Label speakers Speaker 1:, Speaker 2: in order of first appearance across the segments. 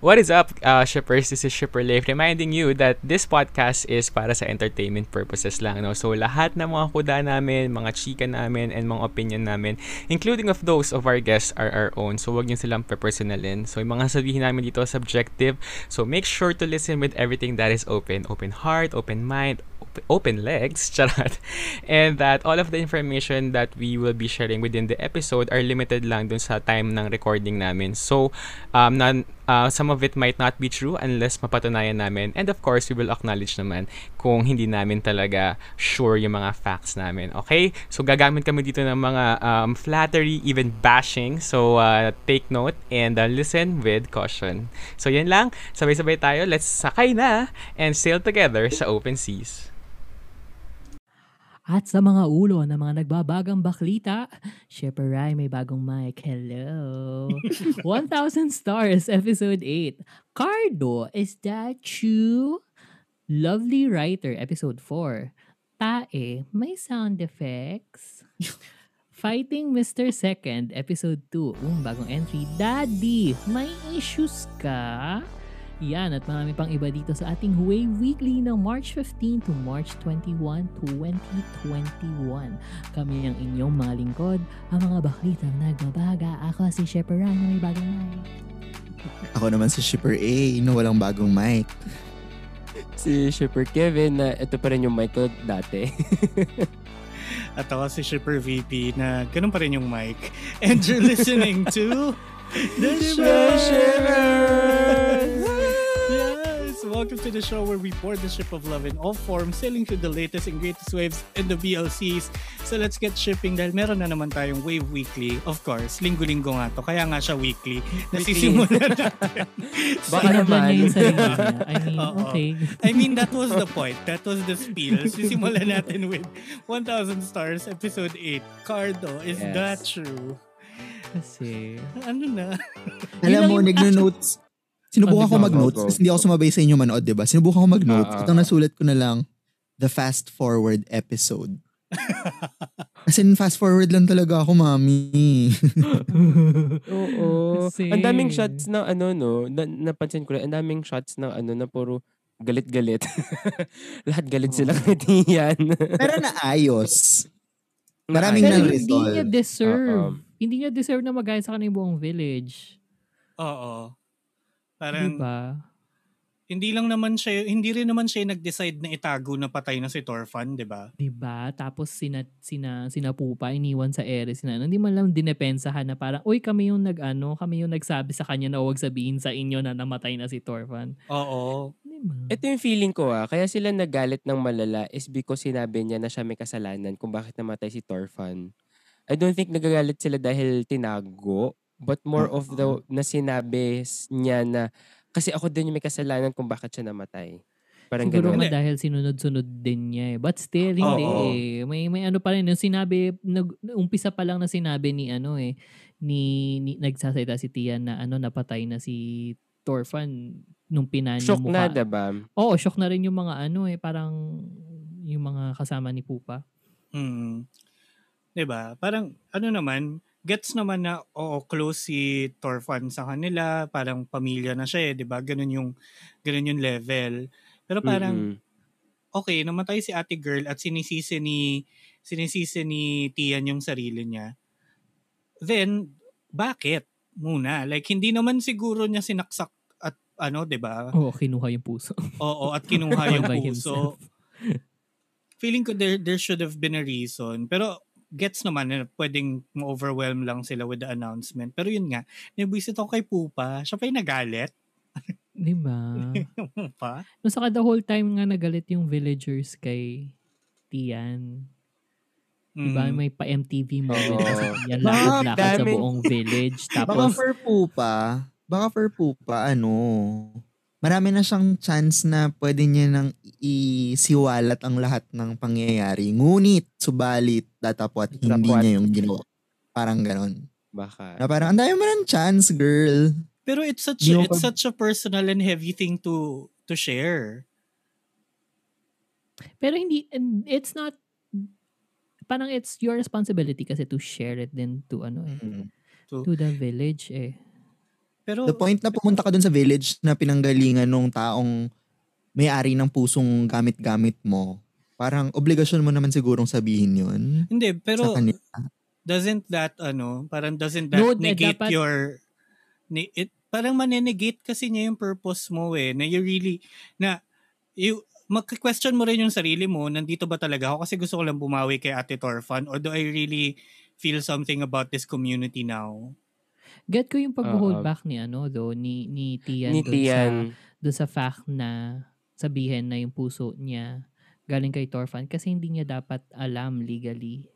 Speaker 1: What is up, uh, shippers? This is Shipper Life reminding you that this podcast is para sa entertainment purposes lang. No? So lahat ng mga kuda namin, mga chika namin, and mga opinion namin, including of those of our guests are our own. So wag niyo silang personalin. So yung mga sabihin namin dito subjective. So make sure to listen with everything that is open. Open heart, open mind, op- open legs, charot. And that all of the information that we will be sharing within the episode are limited lang dun sa time ng recording namin. So, um, nan, uh, some of it might not be true unless mapatunayan namin. And of course, we will acknowledge naman kung hindi namin talaga sure yung mga facts namin. Okay? So, gagamit kami dito ng mga um, flattery, even bashing. So, uh, take note and uh, listen with caution. So, yan lang. Sabay-sabay tayo. Let's sakay na and sail together sa open seas.
Speaker 2: At sa mga ulo ng mga nagbabagang baklita, Shipper Rai may bagong mic. Hello! 1,000 Stars, Episode 8. Cardo, is that you? Lovely Writer, Episode 4. Tae, may sound effects. Fighting Mr. Second, Episode 2. Um, bagong entry. Daddy, may issues ka? Yan at marami pang iba dito sa ating Huawei Weekly ng March 15 to March 21, 2021. Kami ang inyong mga lingkod, ang mga baklitang nagbabaga. Ako si Sheperan na may bagong mic.
Speaker 3: Ako naman si Shipper A, no walang bagong mic.
Speaker 4: si Shipper Kevin na ito pa rin yung mic ko dati.
Speaker 5: At ako si Shipper VP na ganun pa rin yung mic. And you're listening to The Shipper Yes! Welcome to the show where we board the ship of love in all forms, sailing through the latest and greatest waves and the VLCs. So let's get shipping dahil meron na naman tayong Wave Weekly. Of course, linggo-linggo nga to. Kaya nga siya weekly. Nasisimulan natin. So,
Speaker 4: Baka
Speaker 2: Pinablan niya
Speaker 4: naman.
Speaker 2: yung sarili niya. I mean,
Speaker 5: Oo.
Speaker 2: okay.
Speaker 5: I mean, that was the point. That was the spiel. Sisimulan natin with 1,000 Stars, Episode 8. Cardo, is
Speaker 4: Yes.
Speaker 5: that true?
Speaker 2: Kasi,
Speaker 5: Ano na?
Speaker 2: Yun lang
Speaker 3: Alam mo,
Speaker 2: yung
Speaker 3: nagno-notes. Sinubukan
Speaker 2: Oh,
Speaker 3: ko
Speaker 2: go,
Speaker 3: mag-notes
Speaker 4: go, go.
Speaker 3: kasi hindi ako sumabay sa inyo manood, di ba? Sinubukan ko mag-notes.
Speaker 4: Ah, ah,
Speaker 3: At ang nasulat ko na lang, the fast forward episode. As in, fast forward lang talaga ako, mami.
Speaker 4: Oo.
Speaker 2: Kasi-
Speaker 4: Ang daming shots na ano no, na, napansin ko lang, ang daming shots na ano na puro galit-galit. Lahat galit sila kay Tian.
Speaker 3: Pero naayos. Maraming
Speaker 2: pero
Speaker 3: Tingnan
Speaker 2: hindi
Speaker 3: result.
Speaker 2: niya deserve.
Speaker 4: Oo.
Speaker 2: Hindi niya deserve na magaya sa kanya yung buong village.
Speaker 5: Oo. Parang,
Speaker 2: Diba?
Speaker 5: hindi lang naman siya, hindi rin naman siya yung nag-decide na itago na patay na si Torfan, di ba?
Speaker 2: Diba? Tapos sina, sina, sina Pupa, iniwan sa Eris na, ano, hindi man lang dinepensahan na parang, uy, kami yung nag-ano, kami yung nagsabi sa kanya na huwag sabihin sa inyo na namatay na si Torfan.
Speaker 5: Oo.
Speaker 2: Diba?
Speaker 4: Ito yung feeling ko ah, kaya sila nagalit ng malala is because sinabi niya na siya may kasalanan kung bakit namatay si Torfan. I don't think nagagalit sila dahil tinago, but more of the na sinabi s- niya na kasi ako din yung may kasalanan kung bakit siya namatay. Parang
Speaker 2: Siguro
Speaker 4: ganun.
Speaker 2: nga dahil sinunod-sunod din niya eh. But still, hindi
Speaker 5: Oo.
Speaker 2: eh. May, may ano pa rin. Yung sinabi, nag, umpisa pa lang na sinabi ni ano eh, ni, ni nagsasalita si Tian na ano, napatay na si Torfan nung pinani
Speaker 4: Shock
Speaker 2: mukha.
Speaker 4: na, diba?
Speaker 2: Oo, shock na rin yung mga ano eh. Parang yung mga kasama ni Pupa.
Speaker 5: Hmm. Di ba? Parang, ano naman, gets naman na, oo, close si Torfan sa kanila, parang pamilya na siya eh, di ba? Ganun yung, ganun yung level. Pero parang,
Speaker 4: Mm-mm.
Speaker 5: okay, namatay si ate girl at sinisisi ni, sinisisi ni Tian yung sarili niya. Then, bakit? Muna. Like, hindi naman siguro niya sinaksak at ano, di ba?
Speaker 2: Oo, kinuha yung puso.
Speaker 5: Oo, at kinuha
Speaker 2: All by
Speaker 5: yung
Speaker 2: himself.
Speaker 5: puso. Feeling ko there, there should have been a reason. Pero gets naman na pwedeng ma-overwhelm lang sila with the announcement. Pero yun nga, nabwisit ako kay Pupa. Siya pa yung nagalit.
Speaker 2: Di ba?
Speaker 5: Pupa?
Speaker 2: No, saka the whole time nga nagalit yung villagers kay Tian. Diba?
Speaker 5: Mm.
Speaker 2: May pa-MTV moment na si
Speaker 4: Oo.
Speaker 2: Tian.
Speaker 3: Baka
Speaker 2: Lakad-lakad sa
Speaker 4: daming-
Speaker 2: buong village.
Speaker 3: Baka
Speaker 2: Tapos,
Speaker 3: for pupa, baka for pupa, ano, marami na siyang chance na pwede niya nang isiwalat ang lahat ng pangyayari. Ngunit, subalit, datapwat, hindi
Speaker 4: Datapwat.
Speaker 3: niya yung ginawa. Parang ganon.
Speaker 4: Baka.
Speaker 3: Na parang, ang dami mo ng chance, girl.
Speaker 5: Pero it's such,
Speaker 3: Di mo
Speaker 5: it's
Speaker 3: pa-
Speaker 5: such a personal and heavy thing to to share.
Speaker 2: pero hindi, and it's not, parang it's your responsibility kasi to share it then to ano eh,
Speaker 3: Mm.
Speaker 2: to the village eh.
Speaker 5: Pero,
Speaker 3: The point na pumunta ka dun sa village na pinanggalingan nung taong may-ari ng pusong gamit-gamit mo, parang obligasyon mo naman sigurong sabihin yun
Speaker 5: hindi, pero
Speaker 3: sa kanila.
Speaker 5: doesn't that, ano, parang doesn't that
Speaker 2: No, na-
Speaker 5: negate
Speaker 2: dapat-
Speaker 5: your, ni, it, parang manenegate kasi niya yung purpose mo eh, na you really, na, you, mag-question mo rin yung sarili mo, nandito ba talaga ako? Kasi gusto ko lang bumawi kay Ate Torfan, or do I really feel something about this community now?
Speaker 2: Get ko yung pag-hold
Speaker 4: Oo.
Speaker 2: back ni ano though, ni, ni Tian
Speaker 4: Ni
Speaker 2: dun sa,
Speaker 4: Tian.
Speaker 2: dun sa fact na sabihin na yung puso niya galing kay Torfan kasi hindi niya dapat alam legally.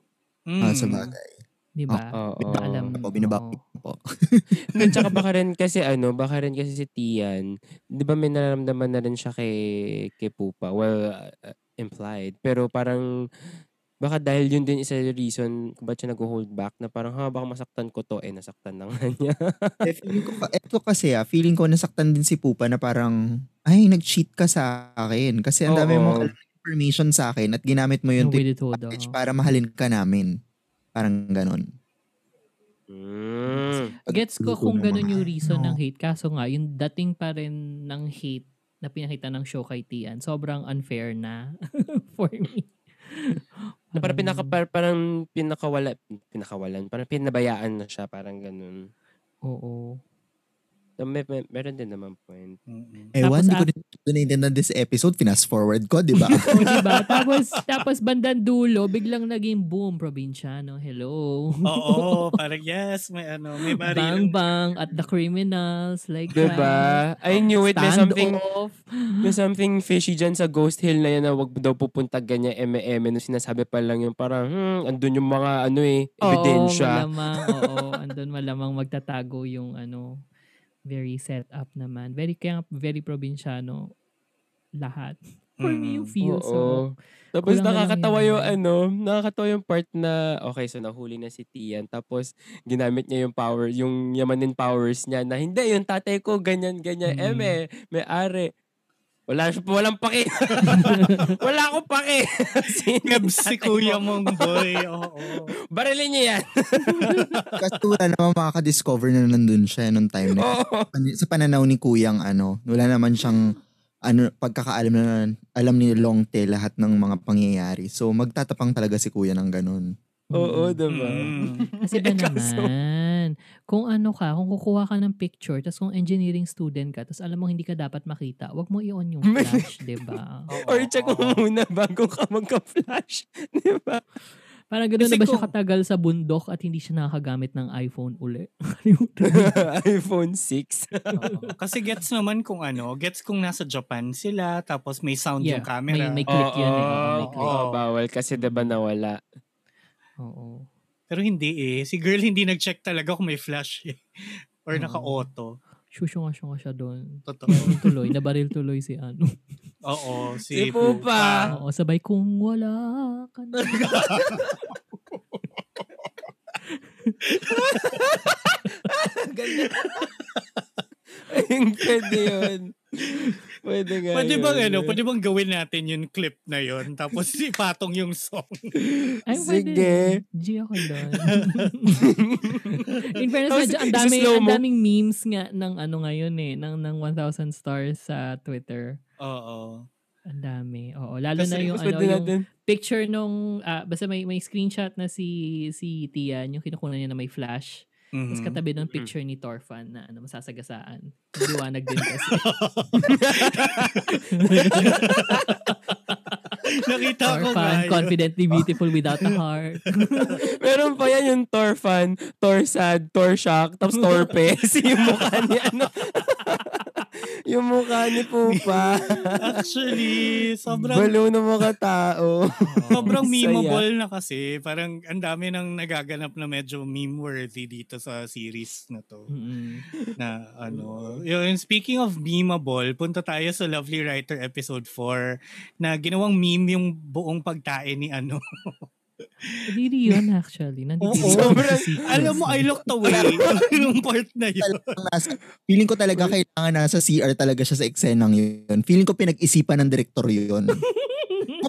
Speaker 5: Mm.
Speaker 3: Ah, sa bagay.
Speaker 2: Di ba?
Speaker 4: Oo.
Speaker 2: Hindi alam.
Speaker 3: Ako, binabakit
Speaker 2: oo.
Speaker 3: po.
Speaker 4: At saka baka rin kasi ano, baka rin kasi si Tian, di ba may nararamdaman na rin siya kay, kay Pupa? Well, uh, implied. Pero parang, baka dahil yun din isa yung reason kung ba't siya nag-hold back na parang, ha, baka masaktan ko to. Eh, nasaktan na nga niya.
Speaker 3: Eh, feeling ko, pa- eto kasi ah, feeling ko nasaktan din si Pupa na parang, ay, nag-cheat ka sa akin. Kasi ang dami
Speaker 4: Oo.
Speaker 3: mong alam na information sa akin at ginamit mo yun
Speaker 2: Yung
Speaker 3: to
Speaker 2: with it hold
Speaker 3: package
Speaker 2: oo.
Speaker 3: para mahalin ka namin. Parang ganon.
Speaker 4: Mm.
Speaker 2: Gets ko
Speaker 3: Pagdugo
Speaker 2: kung
Speaker 3: ng
Speaker 2: ganun
Speaker 3: mga
Speaker 2: yung reason
Speaker 3: ano.
Speaker 2: ng hate. Kaso nga, yung dating pa rin ng hate na pinakita ng show kay Tian, sobrang unfair na for me.
Speaker 4: Na parang, pinaka, par- parang pinakawala, pinakawalan, parang pinabayaan na siya, parang ganun.
Speaker 2: Oo.
Speaker 4: So, may, may, meron din naman point.
Speaker 5: Mm-mm.
Speaker 3: Ewan,
Speaker 2: Tapos
Speaker 3: di ko din ito naiintindihan this episode. Pinas forward ko, di ba?
Speaker 2: O, diba? tapos, tapos bandang dulo, biglang naging boom, probinsyano. Hello.
Speaker 5: Oo, parang yes, may ano, may baril.
Speaker 2: Bang Bang at the criminals. Like that.
Speaker 4: Diba? I knew it. May
Speaker 2: Stand
Speaker 4: something,
Speaker 2: off.
Speaker 4: may something fishy dyan sa Ghost Hill na yan na wag daw pupunta ganyan M&M. Nung sinasabi pa lang yung parang, hmm, andun yung mga ano eh,
Speaker 2: Oo,
Speaker 4: ebidensya.
Speaker 2: malamang. oo, andun malamang magtatago yung ano, very set up naman. Very, kaya nga, very probinsyano lahat. For me,
Speaker 5: Mm.
Speaker 2: yung oh. feel. So,
Speaker 4: Oo. Tapos
Speaker 2: Kulang na lang
Speaker 4: nakakatawa
Speaker 2: yun.
Speaker 4: yung ano, nakakatawa yung part na, okay, so nahuli na si Tian. Tapos ginamit niya yung power, yung yamanin powers niya na, hindi, yung tatay ko, ganyan, ganyan.
Speaker 2: Mm.
Speaker 4: Eh, may, may ari. Wala siya, walang paki. Wala akong paki. Sin-
Speaker 5: Ngab si Kuya mong boy. Oo.
Speaker 4: Barilin niya yan.
Speaker 3: Kasi wala naman makakadiscover na nandun siya nung time na.
Speaker 4: Oo.
Speaker 3: Pan- Sa pananaw ni Kuyang, ano, wala naman siyang ano, pagkakaalam na alam ni Longte lahat ng mga pangyayari. So, magtatapang talaga si Kuya ng ganun.
Speaker 4: Oo,
Speaker 2: mm.
Speaker 4: diba?
Speaker 5: Mm.
Speaker 2: Kasi ba
Speaker 4: Eh, kaso-
Speaker 2: naman, kung ano ka, kung kukuha ka ng picture, tapos kung engineering student ka, tapos alam mo hindi ka dapat makita, wag mo i-on yung flash, di ba?
Speaker 5: Oo,
Speaker 4: Or check mo
Speaker 5: oo.
Speaker 4: muna bago ka magka-flash. Di ba?
Speaker 2: Parang ganoon
Speaker 5: Kasi
Speaker 2: na ba siya
Speaker 5: kung-
Speaker 2: katagal sa bundok at hindi siya nakakagamit ng iPhone uli? Kalimutan.
Speaker 4: iPhone 6.
Speaker 5: Oo. Kasi gets naman kung ano, gets kung nasa Japan sila, tapos may sound
Speaker 2: Yeah,
Speaker 5: yung camera.
Speaker 2: may- may- click yun eh. Oo,
Speaker 4: Oo,
Speaker 2: may click.
Speaker 4: oo, bawal kasi diba nawala.
Speaker 2: Oo.
Speaker 5: Pero hindi eh. Si girl hindi nag-check talaga kung may flash eh. Or
Speaker 2: Mm.
Speaker 5: naka-auto.
Speaker 2: Shushunga-shunga siya doon.
Speaker 5: Totoo.
Speaker 2: tuloy, nabaril tuloy si ano.
Speaker 5: Oo,
Speaker 4: Si
Speaker 5: si,
Speaker 4: Pupa.
Speaker 2: Oo, sabay kung wala ka na.
Speaker 4: Ayun, pwede yun. Pwede nga
Speaker 5: Pwede
Speaker 4: yun.
Speaker 5: bang ano, pwede bang gawin natin yung clip na yun, tapos ipatong yung song.
Speaker 2: Ay,
Speaker 4: Sige.
Speaker 2: pwede. G ako doon. In fairness,
Speaker 4: Tapos,
Speaker 2: medyo ang dami,
Speaker 4: isa-slow
Speaker 2: ang
Speaker 4: mo.
Speaker 2: daming memes nga ng ano ngayon eh, ng, ng 1,000 stars sa Twitter.
Speaker 5: Oo.
Speaker 2: Ang dami. Oo, lalo
Speaker 4: Kasi
Speaker 2: na yung, ano,
Speaker 4: pwede
Speaker 2: yung
Speaker 4: natin.
Speaker 2: picture nung, ah, basta may, may screenshot na si, si Tian, yung kinukunan niya na may flash. Tapos
Speaker 4: Mm.
Speaker 5: Mhm.
Speaker 2: katabi ng picture ni Torfan na ano, masasagasaan. Liwanag din kasi.
Speaker 5: Nakita
Speaker 4: Oh
Speaker 5: ko nga
Speaker 2: Torfan,
Speaker 5: yun.
Speaker 2: confidently beautiful without a heart.
Speaker 4: Meron pa yan yung Torfan, Torsad, Torshock, tapos Torpes. yung mukha ni ano. yung mukha ni Pupa.
Speaker 5: Actually, sobrang
Speaker 4: Balo ng mga tao.
Speaker 5: Sobrang
Speaker 4: Saya.
Speaker 5: memeable na kasi. Parang ang dami nang nagaganap na medyo meme-worthy dito sa series na to.
Speaker 2: Mm-mm.
Speaker 5: Na ano, yun, speaking of memeable, punta tayo sa Lovely Writer episode 4 na ginawang meme yung buong pagtae ni ano.
Speaker 2: Hindi yun actually. Nandito
Speaker 5: Oo.
Speaker 2: yun sa
Speaker 4: Sobrang-
Speaker 2: sequence.
Speaker 5: Alam mo, I looked away nung part na yun.
Speaker 3: Talagang nasa, feeling ko talaga kailangan nasa CR talaga siya sa eksenang yun. Feeling ko pinag-isipan ng direktor yun.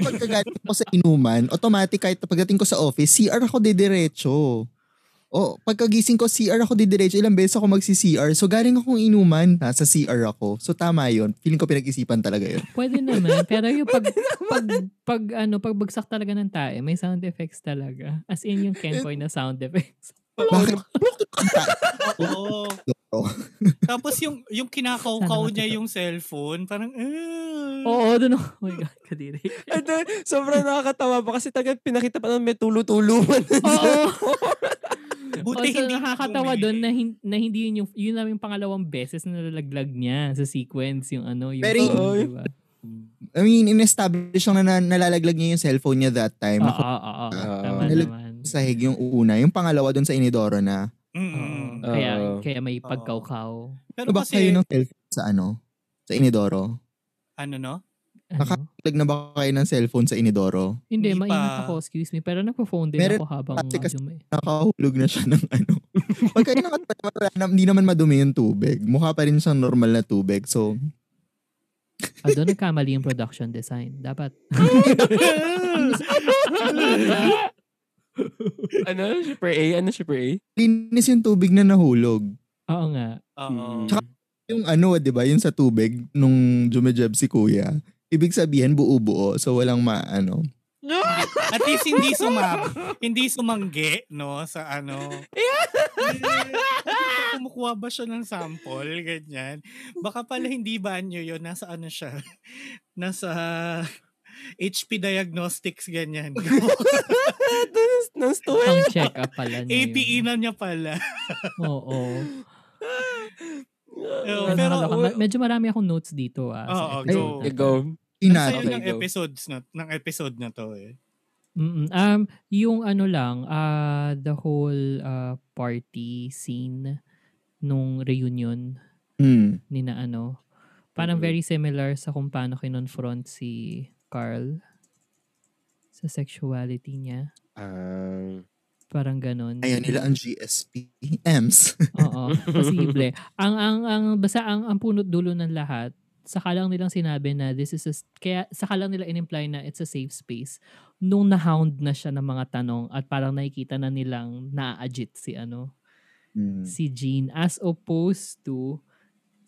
Speaker 3: Kapag kagaling ko sa inuman, automatic kahit pagdating ko sa office, CR ako didiretso. O Oh, pagkagising ko, CR ako didiretso. Ilang beses ako magsi-CR. So, galing akong inuman, nasa CR ako. So, tama yun. Feeling ko pinag-isipan talaga yun.
Speaker 2: Pwede naman. Pero yung pag, pag, pag, ano, pagbagsak talaga ng tae, may sound effects talaga. As in yung Kenkoy na sound effects.
Speaker 3: Bakit?
Speaker 5: Oo.
Speaker 3: Oo.
Speaker 5: Tapos yung yung kinakawkaw niya yung cellphone, parang eh.
Speaker 2: Oo, doon ako. Oh my God, kadiri.
Speaker 4: And then, Ano, sobrang nakakatawa pa kasi tagad pinakita pa naman may tulo-tuluan.
Speaker 2: Oo.
Speaker 5: Buti
Speaker 2: also,
Speaker 5: hindi
Speaker 2: nakakatawa
Speaker 5: bumili.
Speaker 2: doon na, hin- na hindi yun yung, yun na yung pangalawang beses na nalaglag niya sa sequence, yung ano, yung
Speaker 3: Very-
Speaker 2: phone, di ba?
Speaker 3: I mean, in-establish lang na na- nalalaglag niya yung cellphone niya that time.
Speaker 2: Oo,
Speaker 3: Ako
Speaker 2: oo, oo.
Speaker 4: Ah.
Speaker 2: Tama
Speaker 3: Nalag-
Speaker 2: naman.
Speaker 3: sa hig yung una. Yung pangalawa dun sa inidoro na.
Speaker 2: eh.
Speaker 5: Mm-mm.
Speaker 2: Oo, kaya,
Speaker 4: Oo.
Speaker 2: kaya may
Speaker 5: Oo.
Speaker 2: pagkaukaw.
Speaker 5: Pero
Speaker 3: Ano ba
Speaker 5: kasi
Speaker 3: kayo ng cellphone sa ano? Sa inidoro?
Speaker 5: ano no?
Speaker 2: Ano?
Speaker 3: Naka- Lag na ba kayo ng cellphone sa inidoro?
Speaker 2: Hindi,
Speaker 5: Hindi
Speaker 2: maingat
Speaker 5: pa.
Speaker 2: ako, excuse me. Pero nagpo-phone din
Speaker 3: Meron-
Speaker 2: ako habang
Speaker 3: kasi- kasi-
Speaker 2: medyo may-
Speaker 3: Nakahulog na siya ng ano. Pagka yun naman, hindi naman madumi yung tubig. Mukha pa rin siyang normal na tubig. So,
Speaker 2: Ah, doon nagkamali yung production design. Dapat.
Speaker 4: ano? Super A? Ano Super A?
Speaker 3: linis yung tubig na nahulog.
Speaker 2: Oo nga.
Speaker 4: Mm.
Speaker 5: Oo.
Speaker 3: Tsaka- Yung ano, di ba? Yung sa tubig nung jumejeb si kuya. Ibig sabihin, buo-buo. So, walang ano, maano.
Speaker 5: At least hindi sumam, hindi sumangge no sa ano. Eh, Kumukuha ba siya ng sample ganyan? Baka pala hindi banyo 'yon, nasa ano siya. Nasa HP diagnostics ganyan.
Speaker 4: Nang
Speaker 2: Ang check-up pala niya
Speaker 5: APE E na niya pala.
Speaker 2: yun. Oo.
Speaker 5: Oo,
Speaker 2: Pero,
Speaker 5: pero
Speaker 2: nakaloka. Ma- medyo marami akong notes dito ah. sa
Speaker 5: Oo,
Speaker 2: episode na
Speaker 5: go.
Speaker 2: to.
Speaker 4: eh, Go.
Speaker 5: Ang
Speaker 3: Inaano.
Speaker 5: sayo ng
Speaker 4: Okay, go.
Speaker 5: episodes na, ng episode na to eh.
Speaker 2: Mm-mm. Um, yung ano lang, ah the whole ah, party scene nung reunion
Speaker 3: Hmm.
Speaker 2: ni na ano, parang
Speaker 4: Mhm.
Speaker 2: very similar sa kung paano kinonfront si Carl sa sexuality niya.
Speaker 4: Um,
Speaker 2: Parang ganon.
Speaker 3: Ayaw nila ang GSP. EMS.
Speaker 2: Oo, posible. ang ang ang basta ang ang punot dulo ng lahat, saka lang nilang sinabi na this is a, kaya saka lang nila inimply na it's a safe space nung nahound na siya ng mga tanong at parang nakikita na nilang na-agit si ano,
Speaker 3: Hmm.
Speaker 2: si Jean as opposed to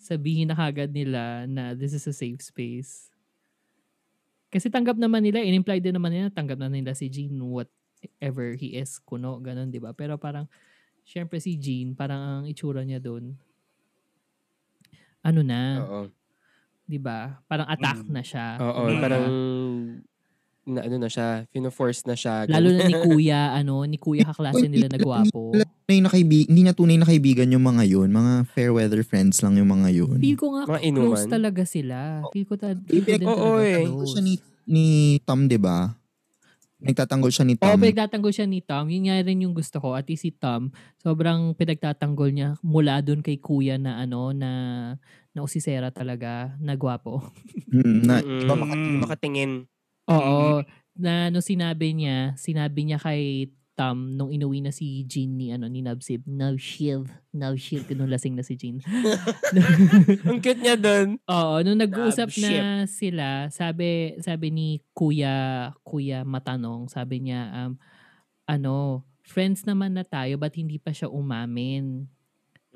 Speaker 2: sabihin na kagad nila na this is a safe space. Kasi tanggap naman nila, inimply din naman nila, tanggap na nila si Jean whatever he is, kuno, ganun, di ba? Pero parang syempre si Jean, parang ang itsura niya doon, ano na,
Speaker 4: oo.
Speaker 2: di ba? Parang attack
Speaker 5: Mm.
Speaker 2: na siya.
Speaker 4: Oo,
Speaker 3: Hmm.
Speaker 2: Kumbaga,
Speaker 4: parang na ano na siya, fino-force na siya.
Speaker 2: Lalo na ni Kuya, ano, ni Kuya kaklase nila nagwapo.
Speaker 3: Tunay na kaibi- hindi na tunay na kaibigan yung mga yun. Mga fair weather friends lang yung mga yun.
Speaker 2: Feel ko nga
Speaker 4: Mga
Speaker 2: close
Speaker 4: inuman.
Speaker 2: talaga sila. Feel ko, ta- feel ko
Speaker 3: Pinag-
Speaker 2: din
Speaker 4: oo
Speaker 2: talaga
Speaker 4: eh.
Speaker 3: Tanggol
Speaker 2: close.
Speaker 3: siya ni, ni Tom, di ba? Nagtatanggol siya ni
Speaker 2: Oo,
Speaker 3: Tom.
Speaker 2: pinagtatanggol siya ni Tom. Yun nga rin yung gusto ko. At least si Tom, sobrang pinagtatanggol niya mula doon kay Kuya na ano, na na usisera talaga, na gwapo.
Speaker 3: Mm, na,
Speaker 4: Mm.
Speaker 3: iba maka-
Speaker 5: Mm.
Speaker 4: Makatingin.
Speaker 2: Oo. Na no sinabi niya, sinabi niya kay Tom nung inuwi na si Jean ni ano ni Nabsib, no shield, no shield nung lasing na si Jean.
Speaker 4: Ang cute niya doon.
Speaker 2: Oo, nung nag-uusap
Speaker 4: Nabsib.
Speaker 2: na sila, sabi sabi ni Kuya Kuya Matanong, sabi niya um ano, friends naman na tayo but hindi pa siya umamin.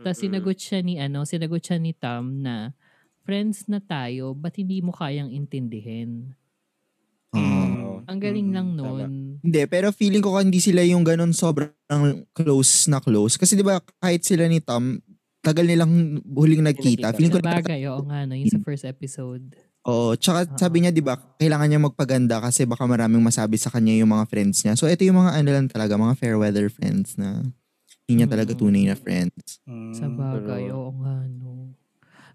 Speaker 2: Tapos sinagot siya ni ano, sinagot siya ni Tom na friends na tayo but hindi mo kayang intindihin.
Speaker 3: Oo.
Speaker 5: Mm.
Speaker 2: Ang galing
Speaker 5: Mm,
Speaker 2: lang
Speaker 4: tama.
Speaker 2: noon.
Speaker 3: oh. Hindi, pero feeling ko hindi sila yung ganun sobrang close na close. Kasi di ba kahit sila ni Tom, tagal nilang huling nagkita.
Speaker 4: Nakita.
Speaker 3: Feeling ko,
Speaker 2: Sa bagay, Ah. oo nga, no, yung sa first episode.
Speaker 3: oo. Tsaka
Speaker 2: Oo.
Speaker 3: sabi niya, di ba, kailangan niya magpaganda kasi baka maraming masabi sa kanya yung mga friends niya. So, ito yung mga ano lang talaga, mga fair weather friends na hindi niya talaga
Speaker 2: Mm.
Speaker 3: tunay na friends.
Speaker 5: Mm.
Speaker 2: Sa bagay, oo
Speaker 4: pero-
Speaker 2: nga, no.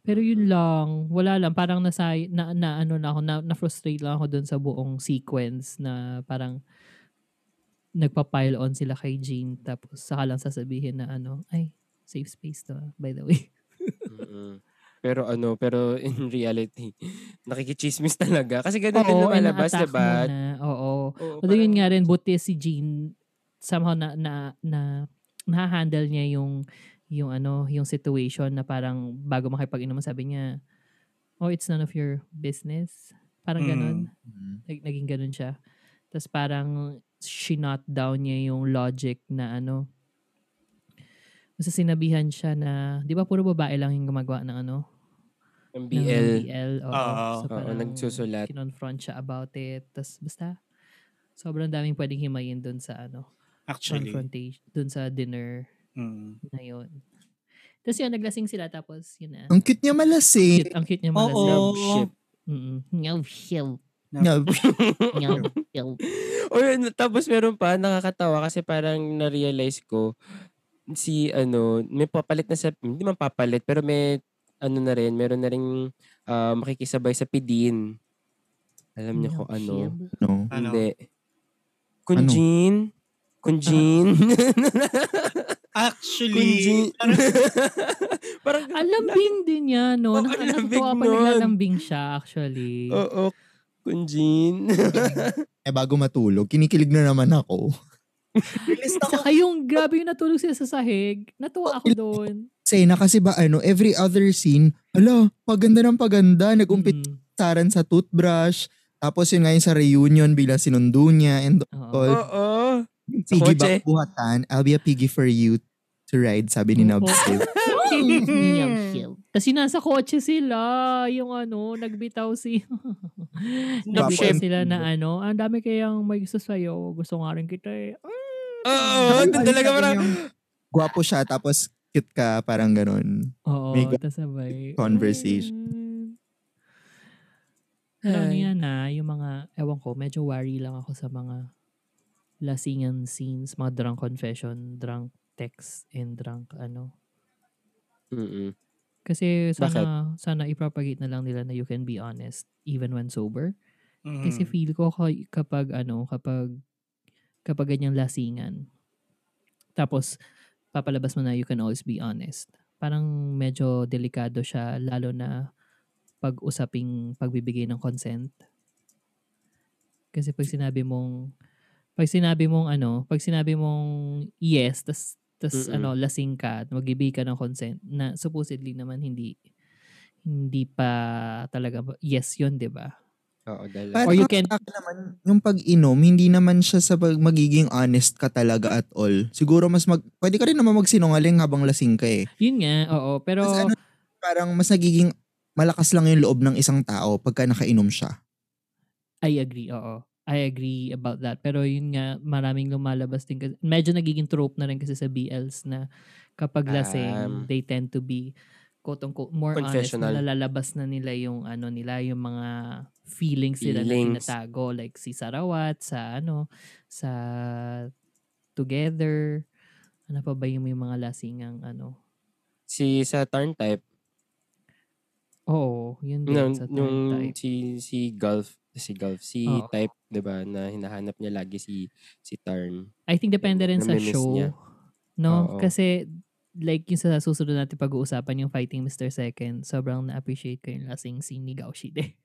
Speaker 2: Pero yun lang, wala lang, parang nasay, na, na ano na ako, na, na-frustrate lang ako dun sa buong sequence na parang nagpa-pile on sila kay Jean tapos saka lang sasabihin na ano, ay, safe space to, ah, by the way.
Speaker 4: Mm-mm. Pero ano, pero in reality, nakikichismis talaga. Kasi ganun din
Speaker 2: Oo,
Speaker 4: lumalabas,
Speaker 2: ina-attack
Speaker 4: diba?
Speaker 2: mo na, Oo.
Speaker 4: Oo,
Speaker 2: Although yun
Speaker 4: parang-
Speaker 2: nga rin, buti si Jean somehow na, na, na, na-handle niya yung yung ano, yung situation na parang bago makipag-inuman sabi niya, oh, it's none of your business. Parang
Speaker 5: Mm.
Speaker 2: ganun. Nag- naging ganun siya. Tapos parang she not down niya yung logic na ano, Basta sinabihan siya na, di ba puro babae lang yung gumagawa ng ano? ng
Speaker 4: Ang BL.
Speaker 2: BL. Oo.
Speaker 5: Oo,
Speaker 2: so
Speaker 4: oo, nagsusulat.
Speaker 2: Kinonfront siya about it. Tapos basta, sobrang daming pwedeng himayin dun sa ano,
Speaker 5: Actually.
Speaker 2: confrontation, dun sa dinner
Speaker 5: Mm.
Speaker 2: na yun. Tapos yun, naglasing sila tapos yun na.
Speaker 3: Ang cute niya malasing.
Speaker 2: Cute, ang cute niya
Speaker 5: Oo.
Speaker 2: malasing.
Speaker 4: Love ship.
Speaker 2: Mm-mm. Ngaw, shill.
Speaker 3: No,
Speaker 2: Ngaw, shill.
Speaker 4: Or ano, tapos meron pa, nakakatawa kasi parang na-realize ko, si ano, may papalit na sa, hindi man papalit, pero may ano na rin, meron na rin ah, makikisabay sa pidin. Alam niyo kung ano.
Speaker 3: no.
Speaker 5: Ano?
Speaker 4: Hindi. Kunjin? Kunjin?
Speaker 5: Actually.
Speaker 4: Kunjin? parang,
Speaker 2: Alambing din niya, no?
Speaker 4: Oo,
Speaker 2: Nak-
Speaker 4: alambing
Speaker 2: Nakakatawa pa
Speaker 4: nun. Oh.
Speaker 2: naglalambing siya, actually.
Speaker 4: Oo. Kunjin.
Speaker 3: Eh, bago matulog, kinikilig na naman ako.
Speaker 2: Tsaka yung grabe yung natulog siya sa sahig. Natuwa ako doon.
Speaker 3: Sena kasi ba ano, every other scene, ala, paganda ng paganda, nag-umpit
Speaker 2: Mm.
Speaker 3: taran sa toothbrush, tapos yun nga yung sa reunion bilang sinundo niya, and
Speaker 2: Oo.
Speaker 3: all,
Speaker 4: Oo.
Speaker 3: piggy
Speaker 4: kotse.
Speaker 3: back buhatan, I'll be a piggy for you to ride, sabi ni
Speaker 2: Oo.
Speaker 3: Nabsil.
Speaker 2: Ngaw, shill. Tapos yung nasa kotse sila, yung ano, nagbitaw si... nagbitaw
Speaker 3: Tapos-
Speaker 2: sila na ano, ang dami kayang may gusto sa'yo, gusto nga rin kita eh.
Speaker 4: Oo. Doon talaga parang,
Speaker 3: Gwapo siya, tapos cute ka, parang ganun.
Speaker 2: Oo,
Speaker 3: May ga-
Speaker 2: tas sabay.
Speaker 3: conversation.
Speaker 2: Alam niya na, ano ah, yung mga, ewan ko, medyo worry lang ako sa mga lasingan scenes, mga drunk confession, drunk text, and drunk ano.
Speaker 4: Mm-mm.
Speaker 2: Kasi sana, sana ipropagate na lang nila na you can be honest even when sober. Kasi
Speaker 5: Mm.
Speaker 2: feel ko ka- kapag ano, kapag kapag ganyang lasingan. Tapos papalabas mo na you can always be honest. Parang medyo delikado siya lalo na pag usaping pagbibigay ng consent. Kasi pag sinabi mong pag sinabi mong ano, pag sinabi mong yes, tas tas
Speaker 4: Mm-mm.
Speaker 2: ano, lasing ka, at magbibigay ka ng consent na supposedly naman hindi hindi pa talaga yes 'yun, 'di ba?
Speaker 4: Oo, dala.
Speaker 3: Parang
Speaker 2: Or you can-
Speaker 3: sa akin naman, yung pag-inom, hindi naman siya sa pag magiging honest ka talaga at all. Siguro mas mag... Pwede ka rin naman magsinungaling habang lasing ka eh.
Speaker 2: Yun nga, oo. Pero,
Speaker 3: Mas ano, parang mas nagiging malakas lang yung loob ng isang tao pagka nakainom siya.
Speaker 2: I agree, oo. I agree about that. Pero yun nga, maraming lumalabas din. Kasi, medyo nagiging trope na rin kasi sa BLs na kapag lasing,
Speaker 4: Um,
Speaker 2: they tend to be quote-unquote more honest.
Speaker 4: Confessional.
Speaker 2: Nalalabas na nila yung ano nila, yung mga feelings nila na
Speaker 4: Feelings.
Speaker 2: tinatago. Like si Sarawat, sa ano, sa Together. Ano pa ba yung may mga lasingang ano?
Speaker 4: Si sa turn type,
Speaker 2: Oo, yun din
Speaker 4: Yung,
Speaker 2: sa third
Speaker 4: yung
Speaker 2: type.
Speaker 4: si si Golf, si Golf, si
Speaker 2: Oo.
Speaker 4: Type, 'di ba, na hinahanap niya lagi si si Tarn.
Speaker 2: I think depende rin sa
Speaker 4: Namimiss
Speaker 2: show.
Speaker 4: niya.
Speaker 2: No?
Speaker 4: Oo.
Speaker 2: Kasi, like yung sa susunod natin pag-uusapan, yung Fighting Mr. Second, sobrang na-appreciate ko yung lasing si Nigao Shide.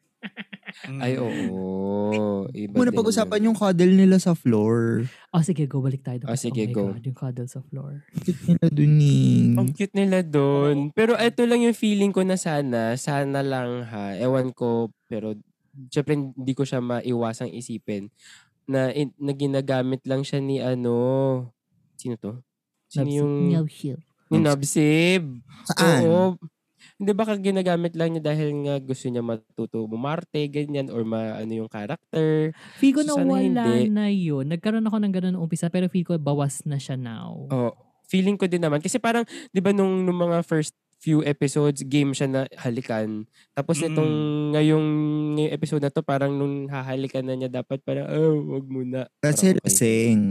Speaker 4: Ay
Speaker 2: Mm.
Speaker 4: oo. Iba
Speaker 3: Muna
Speaker 4: din yun.
Speaker 3: pag-usapan yung cuddle nila sa floor.
Speaker 2: Oh, sige, go. Balik tayo. doon.
Speaker 4: Oh, sige,
Speaker 2: my
Speaker 4: go.
Speaker 2: God, yung cuddle sa floor.
Speaker 3: Cute nila dun eh.
Speaker 4: Ang cute nila doon. Pero ito lang yung feeling ko na sana, sana lang ha. Ewan ko, pero syempre hindi ko siya maiwasang isipin na, in, na ginagamit lang siya ni ano, sino to? Sino
Speaker 2: Nabs-
Speaker 4: yung,
Speaker 2: Niao Hill.
Speaker 4: ni Nabsib.
Speaker 3: Saan?
Speaker 4: Oh, Oo. Hindi baka ginagamit lang niya dahil nga gusto niya matuto bumarte, ganyan, or maano yung character.
Speaker 2: Feel ko na
Speaker 4: Sana
Speaker 2: wala
Speaker 4: hindi.
Speaker 2: na yun. Nagkaroon ako ng ganun noong umpisa, pero feel ko bawas na siya now.
Speaker 4: Oh, feeling ko din naman. Kasi parang, di ba nung, nung mga first few episodes, game siya na halikan. Tapos
Speaker 5: Mm.
Speaker 4: itong ngayong, ngayong episode na to, parang nung hahalikan na niya, dapat parang, oh, wag muna.
Speaker 3: Kasi
Speaker 4: Parang, okay.
Speaker 3: lasing.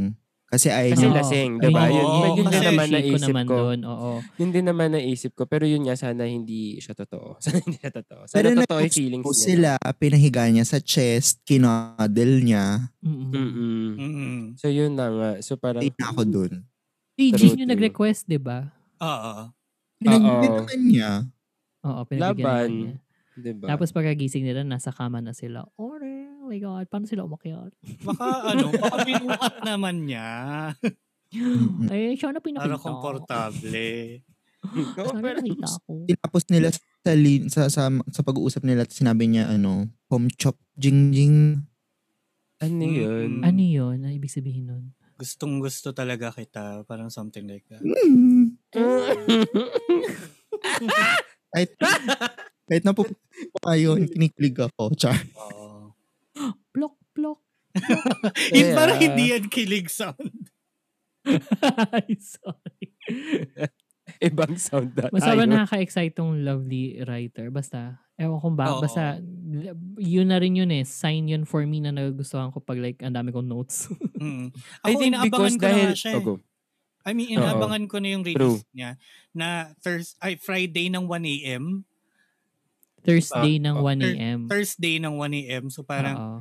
Speaker 3: Kasi ayaw
Speaker 4: Kasi
Speaker 2: Oo.
Speaker 4: lasing, diba?
Speaker 2: Ayun,
Speaker 5: Yun- yun din
Speaker 2: kasi
Speaker 4: naman
Speaker 2: appreciate
Speaker 4: naisip ko.
Speaker 2: doon, oo.
Speaker 4: Yun din naman naisip ko. Pero yun nga, sana hindi siya totoo. Sana hindi siya totoo. Sana
Speaker 3: Pero
Speaker 4: totoo yung feelings
Speaker 3: nag-expose
Speaker 4: niya.
Speaker 3: sila, pinahiga niya sa chest, kinoddle niya.
Speaker 2: Mm-mm.
Speaker 4: Mm-mm.
Speaker 5: Mm-mm.
Speaker 4: So yun na nga. So parang,
Speaker 3: Hindi na ako dun.
Speaker 2: Si
Speaker 4: True,
Speaker 2: Jin yung
Speaker 4: true.
Speaker 2: nag-request, di ba?
Speaker 5: Oo.
Speaker 3: Pinagbibigyan
Speaker 4: Oo.
Speaker 3: naman niya.
Speaker 2: Oo, pinagbigyan naman
Speaker 4: Laban.
Speaker 2: niya.
Speaker 4: di ba?
Speaker 2: Tapos pagkagising nila, nasa kama na sila. Oh, my God, paano sila umakyat?
Speaker 5: Baka ano, baka binuhat naman niya.
Speaker 2: Eh, siya na pinakita.
Speaker 5: Para komportable.
Speaker 4: Oo,
Speaker 2: Sana
Speaker 4: pero-
Speaker 2: nakita ako.
Speaker 3: Tinapos nila sa, li- sa, sa, sa pag-uusap nila, sinabi niya, ano, pom chop jing jing.
Speaker 4: Ano
Speaker 5: Mm.
Speaker 4: yun?
Speaker 2: Ano yun? Ano ibig sabihin nun?
Speaker 5: Gustong gusto talaga kita. Parang something like that.
Speaker 3: Hmm.
Speaker 4: Mm.
Speaker 3: Kahit, kahit na po ayun, kiniklig ako. Char.
Speaker 5: Oh.
Speaker 2: Plok, plok.
Speaker 5: It, parang
Speaker 4: Yeah.
Speaker 5: hindi yan kilig sound.
Speaker 2: Ay, sorry.
Speaker 4: Ibang sound na
Speaker 2: Mas sobrang
Speaker 4: tayo.
Speaker 2: nakaka-excite tong lovely writer. Basta, ewan kong ba,
Speaker 5: Oo.
Speaker 2: basta, yun na rin yun eh. Sign yun for me na nagugustuhan ko pag like, ang dami kong notes.
Speaker 5: Mm.
Speaker 4: I
Speaker 5: Ako,
Speaker 4: think
Speaker 5: inaabangan
Speaker 4: because
Speaker 5: ko na
Speaker 4: dahil...
Speaker 5: nga siya.
Speaker 4: Oh,
Speaker 5: eh.
Speaker 4: go.
Speaker 5: I mean, inaabangan ko na yung release niya na Thurs ay, Friday ng 1 a.m.
Speaker 2: Thursday ng
Speaker 4: Oo.
Speaker 2: 1 a.m.
Speaker 5: Thursday ng 1 a.m. So parang
Speaker 2: Oo.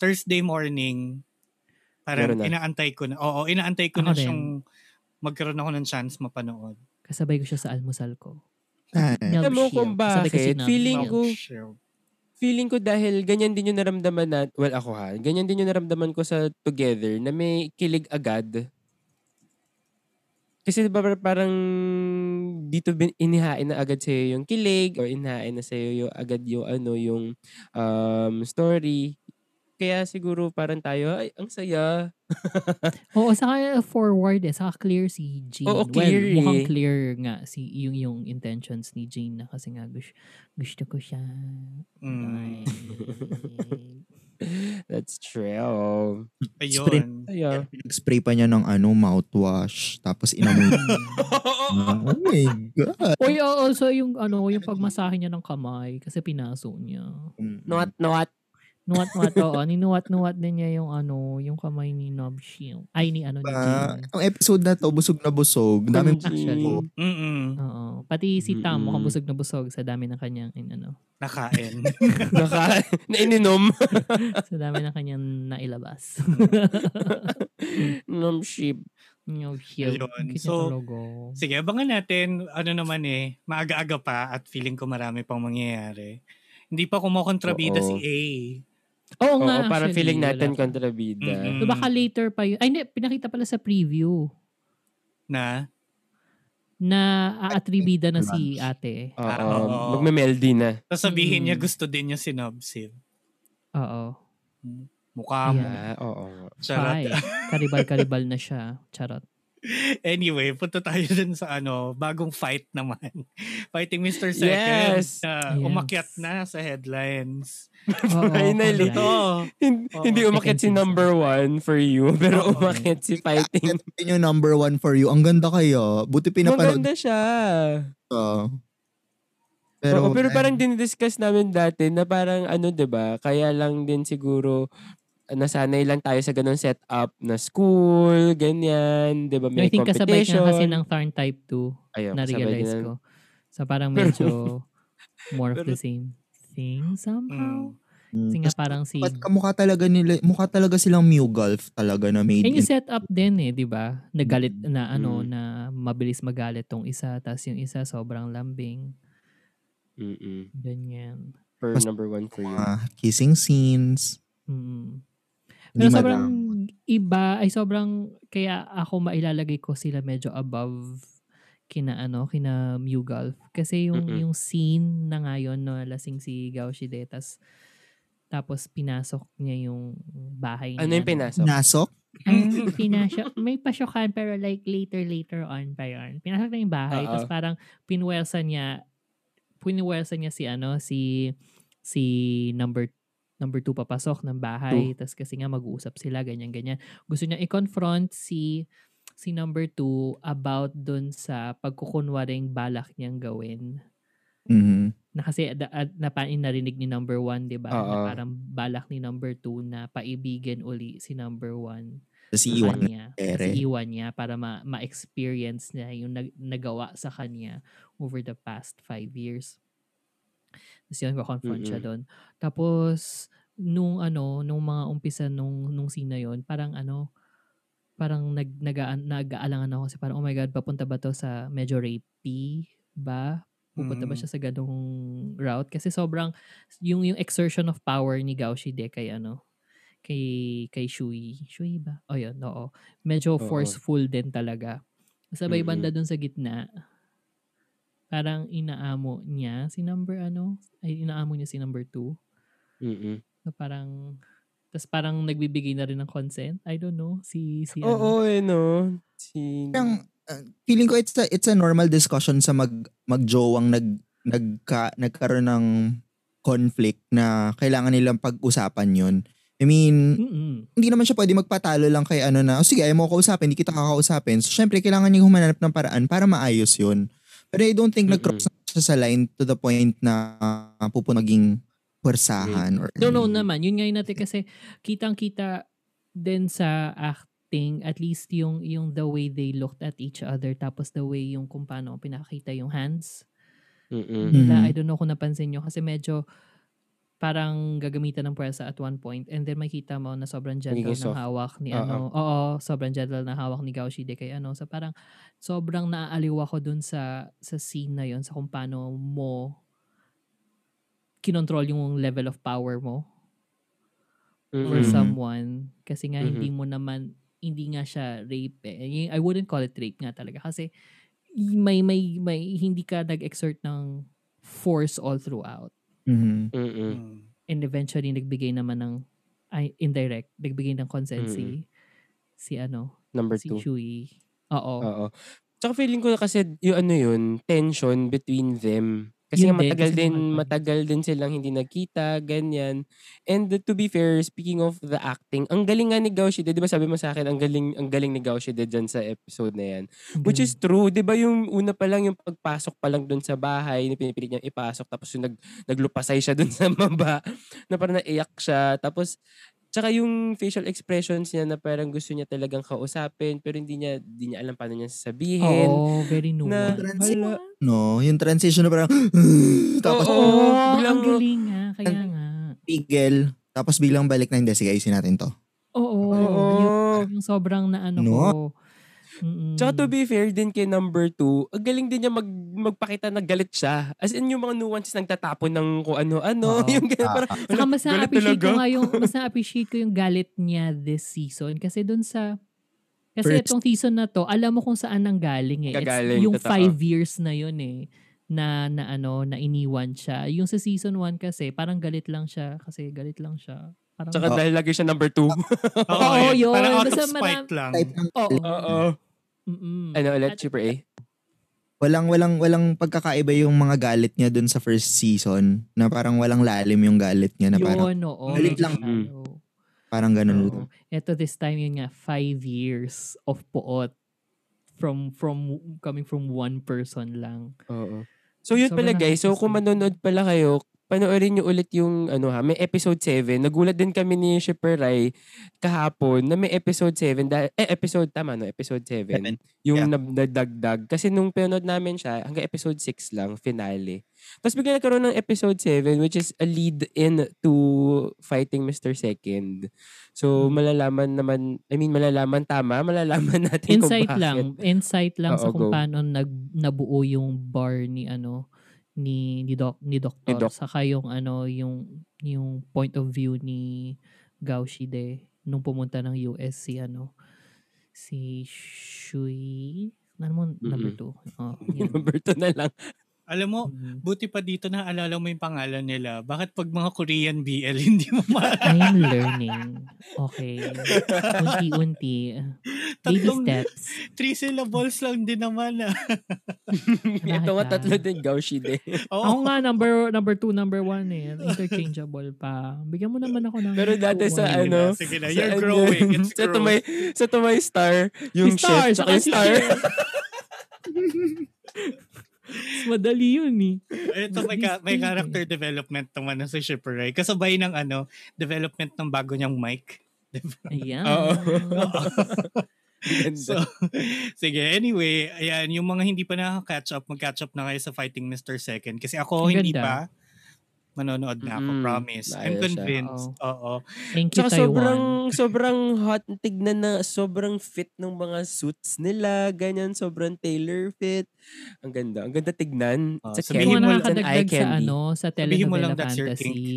Speaker 5: Thursday morning, parang
Speaker 4: Meron na.
Speaker 5: inaantay ko na. Oo, inaantay ko
Speaker 2: Ako
Speaker 5: na
Speaker 2: din.
Speaker 5: siyang magkaroon ako ng chance mapanood.
Speaker 2: Kasabay ko siya sa almusal ko.
Speaker 3: Ah,
Speaker 2: Nub
Speaker 4: Alam mo
Speaker 2: shield.
Speaker 4: kung
Speaker 2: Kasabay ko si
Speaker 4: bakit?
Speaker 2: Nub
Speaker 4: Feeling
Speaker 2: shield.
Speaker 4: ko-
Speaker 5: Oh, sure.
Speaker 4: feeling ko dahil ganyan din yung naramdaman na, well ako ha, ganyan din yung naramdaman ko sa Together na may kilig agad. Kasi diba par- parang dito bin, inihain na agad sa'yo yung kilig or inihain na sa'yo yung, agad yung ano yung um, story. Kaya siguro parang tayo, ay, ang saya.
Speaker 2: Oo, saka forward eh. Saka clear si Jane.
Speaker 4: Oo,
Speaker 2: well,
Speaker 4: clear
Speaker 2: mukhang
Speaker 4: eh.
Speaker 2: clear nga si, yung, yung intentions ni Jane na kasi nga gusto, gusto ko siya.
Speaker 5: Mm.
Speaker 2: Ay.
Speaker 4: That's true.
Speaker 5: Ayun.
Speaker 4: Saya.
Speaker 3: Nag-spray pa niya ng ano, mouthwash. Tapos inamoy. oh my God.
Speaker 2: Uy, oo, so yung ano, yung pagmasahe niya ng kamay kasi pinaso niya.
Speaker 4: Not, not.
Speaker 2: Nuwat-nuwat, oo. Ninuwat-nuwat din niya yung ano, yung kamay ni Nob Shield. Ay, ni ano, ni
Speaker 3: Ah,
Speaker 2: Jane.
Speaker 3: itong episode na to, busog na busog. Dami
Speaker 2: Actually.
Speaker 5: Mm-mm.
Speaker 2: Oo. Pati si Tam,
Speaker 4: Mm-mm.
Speaker 2: mukhang busog na busog sa dami ng kanyang, in, ano,
Speaker 5: Nakain.
Speaker 4: Naka, naininom.
Speaker 2: sa dami ng kanyang nailabas.
Speaker 4: Nom sheep.
Speaker 2: Nob Shield.
Speaker 5: Ayun.
Speaker 2: Ang cute niya
Speaker 5: So,
Speaker 2: talaga.
Speaker 5: Sige, abangan natin. Ano naman eh, maaga-aga pa at feeling ko marami pang mangyayari. Hindi pa kumokontrabida
Speaker 4: Oo.
Speaker 5: si A.
Speaker 2: Oo
Speaker 4: Oo,
Speaker 2: nga,
Speaker 4: parang
Speaker 2: actually,
Speaker 4: feeling natin
Speaker 2: wala pa.
Speaker 4: kontrabida.
Speaker 5: Mm-mm.
Speaker 2: So, baka later pa yun. Ay, hindi. Pinakita pala sa preview
Speaker 5: Na?
Speaker 2: na aatribida na si ate.
Speaker 4: Oo.
Speaker 5: Ah, oo.
Speaker 4: Magme-meldy na.
Speaker 5: Sasabihin niya
Speaker 2: Mm.
Speaker 5: gusto din niya si Nobsib.
Speaker 2: Oo.
Speaker 5: Mukha mo.
Speaker 2: Yeah.
Speaker 4: Ah, oo. nga.
Speaker 5: Charot.
Speaker 2: Ay, karibal-karibal na siya. Charot.
Speaker 5: Anyway, punta tayo dun sa ano, bagong fight naman. Fighting Mr. Second.
Speaker 4: Yes!
Speaker 5: na
Speaker 2: Yes.
Speaker 5: Umakyat na sa headlines.
Speaker 2: Oo,
Speaker 4: Finally.
Speaker 2: correct.
Speaker 5: Ito.
Speaker 4: Hin-
Speaker 5: Oo,
Speaker 4: Hindi
Speaker 2: second
Speaker 4: umakit si
Speaker 2: season.
Speaker 4: number one for you, pero
Speaker 5: Oo.
Speaker 4: umakit si fighting.
Speaker 3: Yun yung number one for you. Ang ganda kayo. Buti pinapanood
Speaker 4: Maganda siya.
Speaker 3: ko.
Speaker 4: Pero, pero parang dinidiscuss namin dati na parang ano, 'di ba Kaya lang din siguro ah, nasanay lang tayo sa ganun setup na school, ganyan, 'di ba
Speaker 2: I
Speaker 4: May
Speaker 2: think kasabay
Speaker 4: competition.
Speaker 2: niya kasi ng Tharn Type 2.
Speaker 4: Ayun, kasabay
Speaker 2: Na-realize
Speaker 4: din ng-
Speaker 2: ko. So, parang
Speaker 4: Pero-
Speaker 2: medyo more of
Speaker 4: pero-
Speaker 2: the same thing somehow.
Speaker 3: Mm.
Speaker 2: Kasi nga parang si...
Speaker 3: Ba't kamukha talaga nila, mukha talaga silang Mugolf talaga na made
Speaker 2: And
Speaker 3: in.
Speaker 2: yung set up din eh, di ba? Nagalit na ano,
Speaker 4: Mm.
Speaker 2: na mabilis magalit tong isa, tapos yung isa sobrang lambing.
Speaker 4: Mm-mm.
Speaker 2: Ganyan.
Speaker 4: Per
Speaker 3: Mas-
Speaker 4: number one for you.
Speaker 3: mga kissing scenes.
Speaker 2: Mm.
Speaker 3: Hindi
Speaker 2: Pero sobrang
Speaker 3: madam.
Speaker 2: iba, ay sobrang, kaya ako mailalagay ko sila medyo above kina ano, kina Mugolf. Kasi yung,
Speaker 4: Mm-mm.
Speaker 2: yung scene na ngayon, no, lasing si Gao Shide, tas, tapos pinasok niya yung bahay niya.
Speaker 4: Ano yung
Speaker 2: no?
Speaker 4: pinasok?
Speaker 3: Nasok?
Speaker 4: Mm.
Speaker 2: Ay, pinasyo, may pasyokan pero like later, later on pa yun. Pinasok na yung bahay.
Speaker 4: Oo.
Speaker 2: Tapos parang pinuwersa niya, pinuwersa niya si ano, si, si number number two papasok ng bahay. Tapos kasi nga mag-uusap sila, ganyan, ganyan. Gusto niya i-confront si si number two about dun sa pagkukunwaring balak niyang gawin.
Speaker 3: Mhm.
Speaker 2: Na kasi da, at, napain narinig ni number one, di ba? Na
Speaker 4: Oo.
Speaker 2: parang balak ni number two na paibigin uli si number one
Speaker 3: Tapos
Speaker 2: sa
Speaker 3: iwan na
Speaker 2: kanya.
Speaker 3: ere.
Speaker 2: Kasi iwan niya para ma- ma-experience niya yung nag- nagawa sa kanya over the past five years. Tapos yun, confront siya doon.
Speaker 4: Mm-mm.
Speaker 2: Tapos, nung ano, nung mga umpisa nung, nung scene na yun, parang ano, parang nag, naga- nag-aalangan ako kasi parang, oh my God, papunta ba to sa medyo rapey ba? Pupunta ba
Speaker 5: Mm.
Speaker 2: siya sa ganong route? Kasi sobrang, yung, yung exertion of power ni Gao Shide kay ano, kay, kay Shui. Shui ba? O yun, oo. Medyo
Speaker 4: Oo.
Speaker 2: forceful din talaga. Sabay
Speaker 4: Mm-mm.
Speaker 2: banda dun sa gitna, parang inaamo niya si number ano, ay inaamo niya si number two.
Speaker 4: Mm-mm.
Speaker 2: Na parang, tas parang nagbibigay na rin ng consent. I don't know. Si, ano? si
Speaker 4: Oo, eh, no? Si...
Speaker 3: Parang, uh, feeling ko it's a, it's a normal discussion sa mag magjowang nag nagka, nagkaroon ng conflict na kailangan nilang pag-usapan yun. I mean,
Speaker 2: Mm-mm.
Speaker 3: hindi naman siya pwede magpatalo lang kay ano na, oh, sige, ayaw mo ko kausapin, hindi kita kakausapin. So, syempre, kailangan niya humanap ng paraan para maayos yun. Pero I don't think
Speaker 4: Mm-mm.
Speaker 3: nag-cross na siya sa line to the point na uh, pupo maging pwersahan. Or,
Speaker 2: No, no
Speaker 4: Mm.
Speaker 2: naman. Yun nga yun natin kasi kitang-kita din sa acting, at least yung, yung the way they looked at each other, tapos the way yung kung paano pinakita yung hands.
Speaker 4: Mm-mm.
Speaker 3: Mhm.
Speaker 2: Na I don't know kung napansin nyo kasi medyo parang gagamitan ng pwersa at one point and then makita mo na sobrang gentle
Speaker 4: Magiging
Speaker 2: ng
Speaker 4: soft.
Speaker 2: hawak ni
Speaker 4: Oo.
Speaker 2: ano. Oo, sobrang gentle ng hawak ni Gaoshide kay ano. So parang sobrang naaaliw ako dun sa sa scene na yon sa kung paano mo kinontrol yung level of power mo for
Speaker 4: Mm-mm.
Speaker 3: Mm.
Speaker 2: someone kasi nga
Speaker 4: Mhm.
Speaker 2: hindi mo naman hindi nga siya rape eh. Y- I wouldn't call it rape nga talaga kasi y- may may may hindi ka nag-exert ng force all throughout
Speaker 3: Mhm.
Speaker 4: Mm-mm.
Speaker 5: Mm.
Speaker 2: and eventually nagbigay naman ng ay, indirect nagbigay ng consent si si ano
Speaker 4: Mm-hmm. Number
Speaker 2: si
Speaker 4: two. Oh.
Speaker 2: Chewie. Oo.
Speaker 4: Oo. Tsaka feeling ko na kasi yung ano yun, tension between them.
Speaker 2: Yun
Speaker 4: Kasi nga
Speaker 2: din,
Speaker 4: matagal
Speaker 2: kasi
Speaker 4: din,
Speaker 2: mahal pa.
Speaker 4: matagal din silang hindi nagkita, ganyan. And to be fair, speaking of the acting, ang galing nga ni Gao Shide, di ba sabi mo sa akin, ang galing, ang galing ni Gao Shide dyan sa episode na yan.
Speaker 2: Ang
Speaker 4: Which
Speaker 2: galing.
Speaker 4: is true, 'di ba yung una pa lang yung pagpasok pa lang doon sa bahay, ni pinipilit niya ipasok tapos yung nag naglupasay siya doon sa maba na parang naiyak siya. Tapos tsaka yung facial expressions niya na parang gusto niya talagang kausapin pero hindi niya hindi niya alam paano niya sasabihin.
Speaker 2: Oo, very
Speaker 4: na-
Speaker 2: nuanced.
Speaker 3: Transi- No, yung transition na parang, tapos
Speaker 4: Oo.
Speaker 2: Oo,
Speaker 4: biglang-
Speaker 2: ang galing nga. Kaya nga.
Speaker 3: tigil, tapos biglang balik na, hindi, sige, ayusin natin to.
Speaker 2: Oo.
Speaker 4: Oo.
Speaker 2: Yung, yung sobrang na ano
Speaker 3: No.
Speaker 2: ko. Mm-mm.
Speaker 4: Tsaka to be fair din kay number two, ang galing din niya mag, magpakita na galit siya. As in yung mga nuances nagtatapon ng kung ano-ano.
Speaker 2: Oo.
Speaker 4: yung ganun,
Speaker 3: Ah,
Speaker 4: parang,
Speaker 2: Saka mas
Speaker 4: galit
Speaker 2: na-appreciate ko
Speaker 4: talaga.
Speaker 2: nga yung, mas na-appreciate ko yung galit niya this season. Kasi dun sa, kasi
Speaker 3: First-
Speaker 2: itong season na to, alam mo kung saan ang galing eh. It's
Speaker 4: Gagaling,
Speaker 2: yung
Speaker 4: totoo.
Speaker 2: five years na yun eh na na ano na iniwan siya. Yung sa season 1 kasi parang galit lang siya kasi galit lang siya. Parang
Speaker 4: tsaka dahil lagi siya number two.
Speaker 2: Oo,
Speaker 5: eh.
Speaker 2: yun.
Speaker 5: Parang out
Speaker 2: Basta
Speaker 5: of spite lang.
Speaker 3: Type ng,
Speaker 2: Oo.
Speaker 4: Oo.
Speaker 2: Mm-mm.
Speaker 4: Ano ulit,
Speaker 2: At-
Speaker 4: Super A?
Speaker 3: walang, walang, walang pagkakaiba yung mga galit niya dun sa first season, na parang walang lalim yung galit niya, na parang,
Speaker 2: yun, oo.
Speaker 3: galit lang.
Speaker 2: Ano.
Speaker 3: parang ganun.
Speaker 2: Oo. Eto this time yun nga five years of poot from from coming from one person lang.
Speaker 4: Oo. So yun
Speaker 2: Sobrang
Speaker 4: pala guys, so
Speaker 2: nakakasama.
Speaker 4: kung manonood pala kayo, panoorin nyo ulit yung ano ha, may episode 7. Nagulat din kami ni Shipper Rai kahapon na may episode 7. Dahil, eh, episode, tama no? Episode 7.
Speaker 3: Seven.
Speaker 4: Yung
Speaker 3: Yeah.
Speaker 4: nab- nadagdag. Kasi nung pinanood namin siya, hanggang episode 6 lang, finale. Tapos bigla nagkaroon ng episode 7 which is a lead-in to Fighting Mr. Second. So
Speaker 2: Hmm.
Speaker 4: malalaman naman, I mean malalaman tama, malalaman natin kung
Speaker 2: Insight
Speaker 4: bakit.
Speaker 2: lang, insight lang sa
Speaker 4: Oo,
Speaker 2: kung
Speaker 4: go.
Speaker 2: paano nag nabuo yung bar ni ano ni ni doc ni doctor
Speaker 4: Doc.
Speaker 2: saka yung ano yung yung point of view ni Gaoshide nung pumunta ng US si ano si Shui ano mo number
Speaker 4: Mm-mm.
Speaker 2: two oh, yan.
Speaker 4: Number 2 na lang.
Speaker 5: Alam mo,
Speaker 2: Mm.
Speaker 5: buti pa dito na alala mo yung pangalan nila. Bakit pag mga Korean BL, hindi mo ma-
Speaker 2: I'm ano learning. Okay. Unti-unti. Baby
Speaker 5: Tatlong-
Speaker 2: steps.
Speaker 5: Three syllables lang din naman. Ah.
Speaker 4: Ito
Speaker 2: lang.
Speaker 4: nga tatlo din, Gaushide.
Speaker 5: Oo.
Speaker 2: Ako nga, number number two, number one eh. Interchangeable pa. Bigyan mo naman ako ng...
Speaker 4: Pero dati
Speaker 2: one.
Speaker 5: Sige
Speaker 4: sa ano,
Speaker 5: na, Sige na,
Speaker 4: Sa
Speaker 5: you're
Speaker 4: ano,
Speaker 5: growing. It's
Speaker 4: sa
Speaker 5: growth.
Speaker 4: tumay, sa tumay star, yung
Speaker 2: Si star,
Speaker 4: chef, tsaka yung
Speaker 2: si
Speaker 4: star.
Speaker 2: chef. Mas madali yun eh.
Speaker 5: Ito, may, ka- may character development naman na si Shipper Ray. Kasabay ng ano, development ng bago niyang mic.
Speaker 2: Ayan.
Speaker 4: Oo.
Speaker 5: So, sige. Anyway, ayan, yung mga hindi pa nakaka-catch up, mag-catch up na kayo sa Fighting Mr. Second. Kasi ako,
Speaker 2: Ang
Speaker 5: hindi
Speaker 2: ganda.
Speaker 5: pa. Manonood na ako,
Speaker 4: Mm-mm.
Speaker 5: promise. I'm
Speaker 4: Ayos siya.
Speaker 5: convinced. Oo.
Speaker 2: Thank you,
Speaker 4: Tsaka
Speaker 2: Taiwan.
Speaker 4: sobrang, sobrang hot, tignan na, sobrang fit ng mga suits nila, ganyan, sobrang tailor fit. Ang ganda, ang ganda tignan.
Speaker 5: Oh,
Speaker 4: It's a
Speaker 5: sabihin
Speaker 2: Kung
Speaker 5: mo lang-
Speaker 4: it's an eye
Speaker 2: nakakadagdag sa
Speaker 4: candy.
Speaker 2: ano, sa
Speaker 5: Sabihin mo
Speaker 2: telenovela
Speaker 5: lang that's your
Speaker 2: fantasy